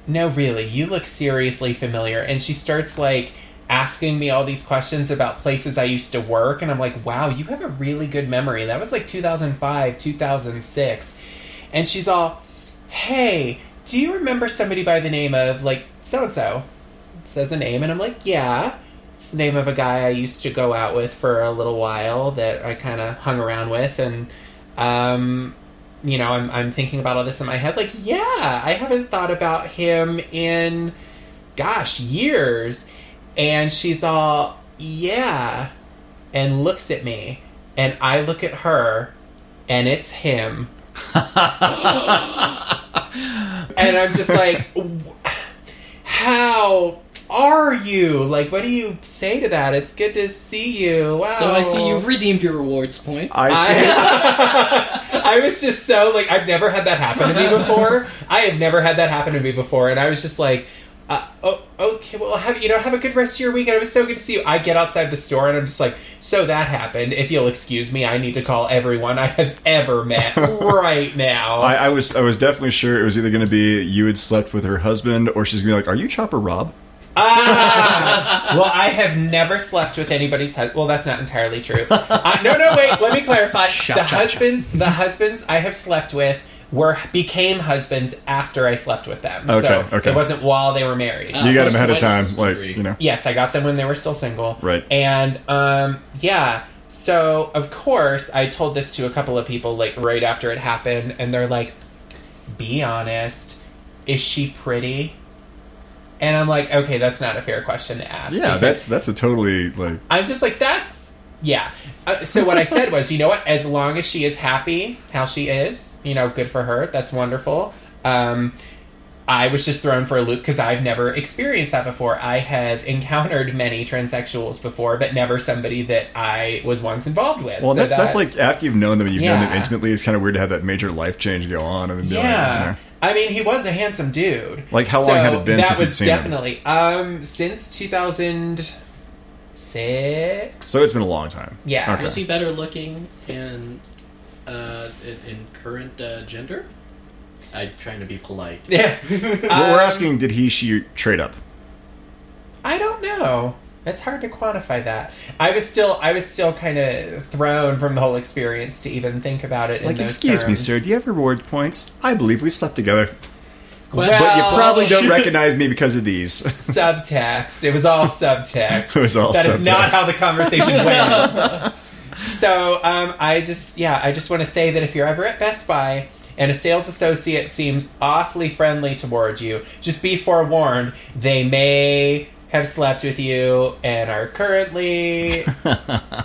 Speaker 2: no, really, you look seriously familiar. And she starts like asking me all these questions about places I used to work. And I'm like, wow, you have a really good memory. That was like 2005, 2006. And she's all, hey, do you remember somebody by the name of like so and so? says a name, and I'm like, yeah. It's the name of a guy I used to go out with for a little while that I kind of hung around with, and um, you know, I'm I'm thinking about all this in my head, like, yeah, I haven't thought about him in, gosh, years. And she's all, yeah, and looks at me, and I look at her, and it's him. and I'm just like, how are you? Like, what do you say to that? It's good to see you. Wow.
Speaker 3: So I see you've redeemed your rewards points.
Speaker 1: I see.
Speaker 2: I, I was just so like I've never had that happen to me before. I have never had that happen to me before, and I was just like, uh, oh, okay, well, have you know, have a good rest of your weekend. It was so good to see you. I get outside the store, and I'm just like, so that happened. If you'll excuse me, I need to call everyone I have ever met right now.
Speaker 1: I, I was I was definitely sure it was either going to be you had slept with her husband or she's going to be like, "Are you Chopper Rob?"
Speaker 2: Ah! well, I have never slept with anybody's husband. Well, that's not entirely true. Uh, no, no, wait. Let me clarify. the husbands, the husbands I have slept with were became husbands after I slept with them. so
Speaker 1: Okay, okay.
Speaker 2: it wasn't while they were married.
Speaker 3: Uh,
Speaker 1: You got
Speaker 3: that's
Speaker 1: him ahead of
Speaker 3: quite a
Speaker 1: time, like
Speaker 3: mystery.
Speaker 1: you know.
Speaker 2: Yes, I got them when they were still single.
Speaker 1: Right.
Speaker 2: And um, yeah. So of course I told this to a couple of people like right after it happened, and they're like, "Be honest, is she pretty?" And I'm like, "Okay, that's not a fair question to ask."
Speaker 1: Yeah,
Speaker 2: because
Speaker 1: that's that's a totally like
Speaker 2: I'm just like that's yeah. Uh, so what I said was, you know what? As long as she is happy, how she is, you know, good for her. That's wonderful. Um, I was just thrown for a loop because I've never experienced that before. I have encountered many transsexuals before, but never somebody that I was once involved with.
Speaker 1: well,
Speaker 2: So
Speaker 1: that's, that's like after you've known them and you've known them
Speaker 2: Yeah.
Speaker 1: intimately, it's kind of weird to have that major life change go on and then be like, you
Speaker 2: yeah.
Speaker 1: know.
Speaker 2: I mean, he was a handsome dude.
Speaker 1: Like, how long had it been
Speaker 2: that
Speaker 1: since you'd
Speaker 2: was
Speaker 1: seen him?
Speaker 2: definitely um since 2006.
Speaker 1: So it's been a long time.
Speaker 2: Yeah.
Speaker 1: Okay.
Speaker 3: Was he better looking in uh, in, in current uh, gender? I'm trying to be polite.
Speaker 2: Yeah.
Speaker 1: Well, we're
Speaker 2: Um,
Speaker 1: asking, did he she trade up?
Speaker 2: I don't know. It's hard to quantify that. I was still, I was still kind of thrown from the whole experience to even think about it. In
Speaker 1: Like,
Speaker 2: those
Speaker 1: excuse me,
Speaker 2: terms.
Speaker 1: sir, do you have reward points? I believe we've slept together,
Speaker 2: Well,
Speaker 1: but you
Speaker 2: Oh,
Speaker 1: probably don't recognize me because of these.
Speaker 2: subtext. It was all subtext.
Speaker 1: It was all
Speaker 2: That is
Speaker 1: subtext.
Speaker 2: not how the conversation went. so um, I just, yeah, I just want to say that if you're ever at Best Buy and a sales associate seems awfully friendly toward you, just be forewarned they may have slept with you and are currently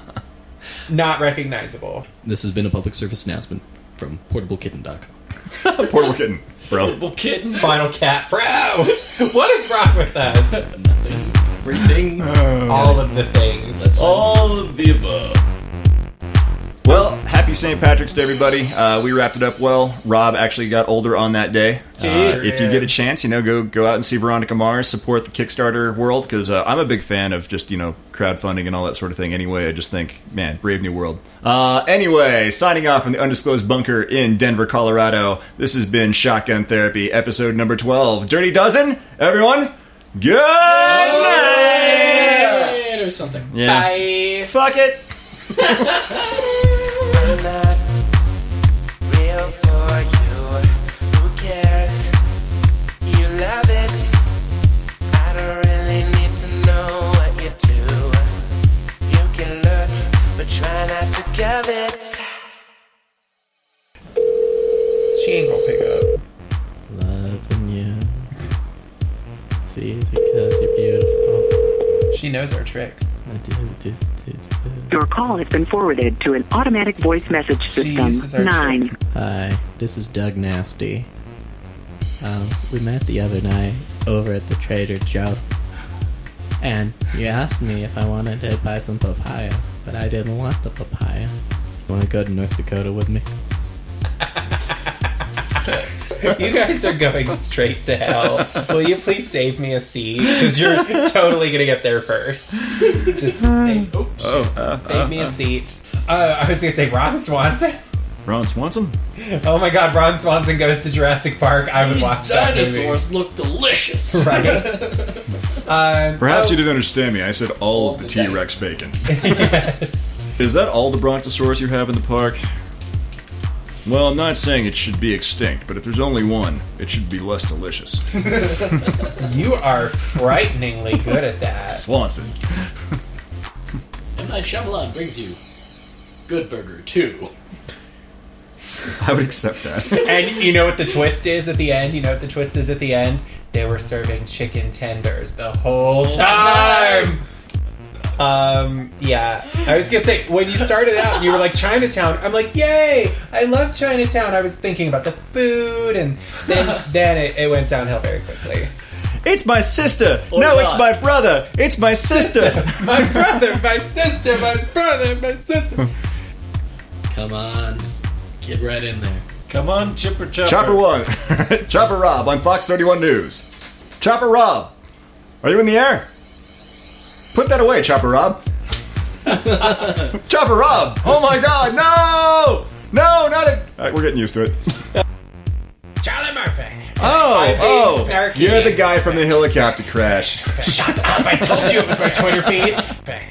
Speaker 2: not recognizable.
Speaker 3: This has been a public service announcement from PortableKitten.com.
Speaker 1: Portable kitten, bro.
Speaker 5: Well, kitten.
Speaker 2: Final cat, bro. what is wrong with us?
Speaker 3: Nothing. Everything.
Speaker 1: Oh,
Speaker 2: All of the things.
Speaker 3: That's all.
Speaker 5: All of the above.
Speaker 1: Well, happy happy St. Patrick's Day, everybody. Uh, we wrapped it up well. Rob actually got older on that day. Uh,
Speaker 5: Yeah.
Speaker 1: If you get a chance, you know, go go out and see Veronica Mars. Support the Kickstarter world because uh, I'm a big fan of just you know crowdfunding and all that sort of thing. Anyway, I just think, man, brave new world. Uh, anyway, signing off from the undisclosed bunker in Denver, Colorado. This has been Shotgun Therapy, episode number twelve, Dirty Dozen. Everyone, good night.
Speaker 3: Or something.
Speaker 1: Yeah.
Speaker 2: Bye.
Speaker 1: Fuck it.
Speaker 6: I'm not real for you. Who cares? You love it. I don't really need to know what you do. You can look, but try not to covet.
Speaker 2: She ain't gonna pick up.
Speaker 3: Loving you. See, because you're beautiful.
Speaker 2: She knows our tricks.
Speaker 3: I do, do, do, do.
Speaker 7: Your call has been forwarded to an automatic voice message
Speaker 2: Jesus, our
Speaker 7: system. Nine.
Speaker 2: tricks.
Speaker 3: Hi, this is Doug Nasty. Um, we met the other night over at the Trader Joe's, and you asked me if I wanted to buy some papaya, but I didn't want the papaya. You want to go to North Dakota with me?
Speaker 2: You guys are going straight to hell. Will you please save me a seat? Because you're totally gonna get there first. Just save, oh, shit. save
Speaker 1: uh,
Speaker 2: me
Speaker 1: Uh-huh.
Speaker 2: a seat. Uh, I was gonna say Ron Swanson.
Speaker 1: Ron Swanson.
Speaker 2: Oh my God, Ron Swanson goes to Jurassic Park. I would watch that movie.
Speaker 3: look delicious.
Speaker 2: Right. Um,
Speaker 1: Perhaps
Speaker 2: oh,
Speaker 1: you didn't understand me. I said all,
Speaker 3: All
Speaker 1: of
Speaker 3: the
Speaker 1: the T Rex bacon.
Speaker 2: yes.
Speaker 1: Is that all the brontosaurus you have in the park? Well, I'm not saying it should be extinct, but if there's only one, it should be less delicious.
Speaker 2: You are frighteningly good at that.
Speaker 1: Swanson.
Speaker 3: M. Night Shyamalan brings you Good Burger 2.
Speaker 1: I would accept that.
Speaker 2: And you know what the twist is at the end? You know what the twist is at the end? They were serving chicken tenders the whole time. Um, yeah. I was gonna say, when you started out, you were like, Chinatown. I'm like, yay! I love Chinatown. I was thinking about the food, and then, then it, it went downhill very quickly.
Speaker 1: It's my sister! no, it's
Speaker 5: not.
Speaker 1: my brother! It's my sister!
Speaker 2: my brother, my sister, my brother, my sister.
Speaker 3: Come on, just get right in there.
Speaker 5: Come on, Chipper Chopper.
Speaker 1: Chopper 1. Chopper Rob on Fox 31 News. Chopper Rob! Are you in the air? Put that away, Chopper Rob. Chopper Rob! Oh my god, no! No, not it! Alright, we're getting used to it.
Speaker 2: Charlie Murphy. I'm being
Speaker 1: Oh, oh!
Speaker 2: snarky.
Speaker 1: You're the guy from the helicopter crash.
Speaker 2: Shut up! I told you it was my Twitter feed.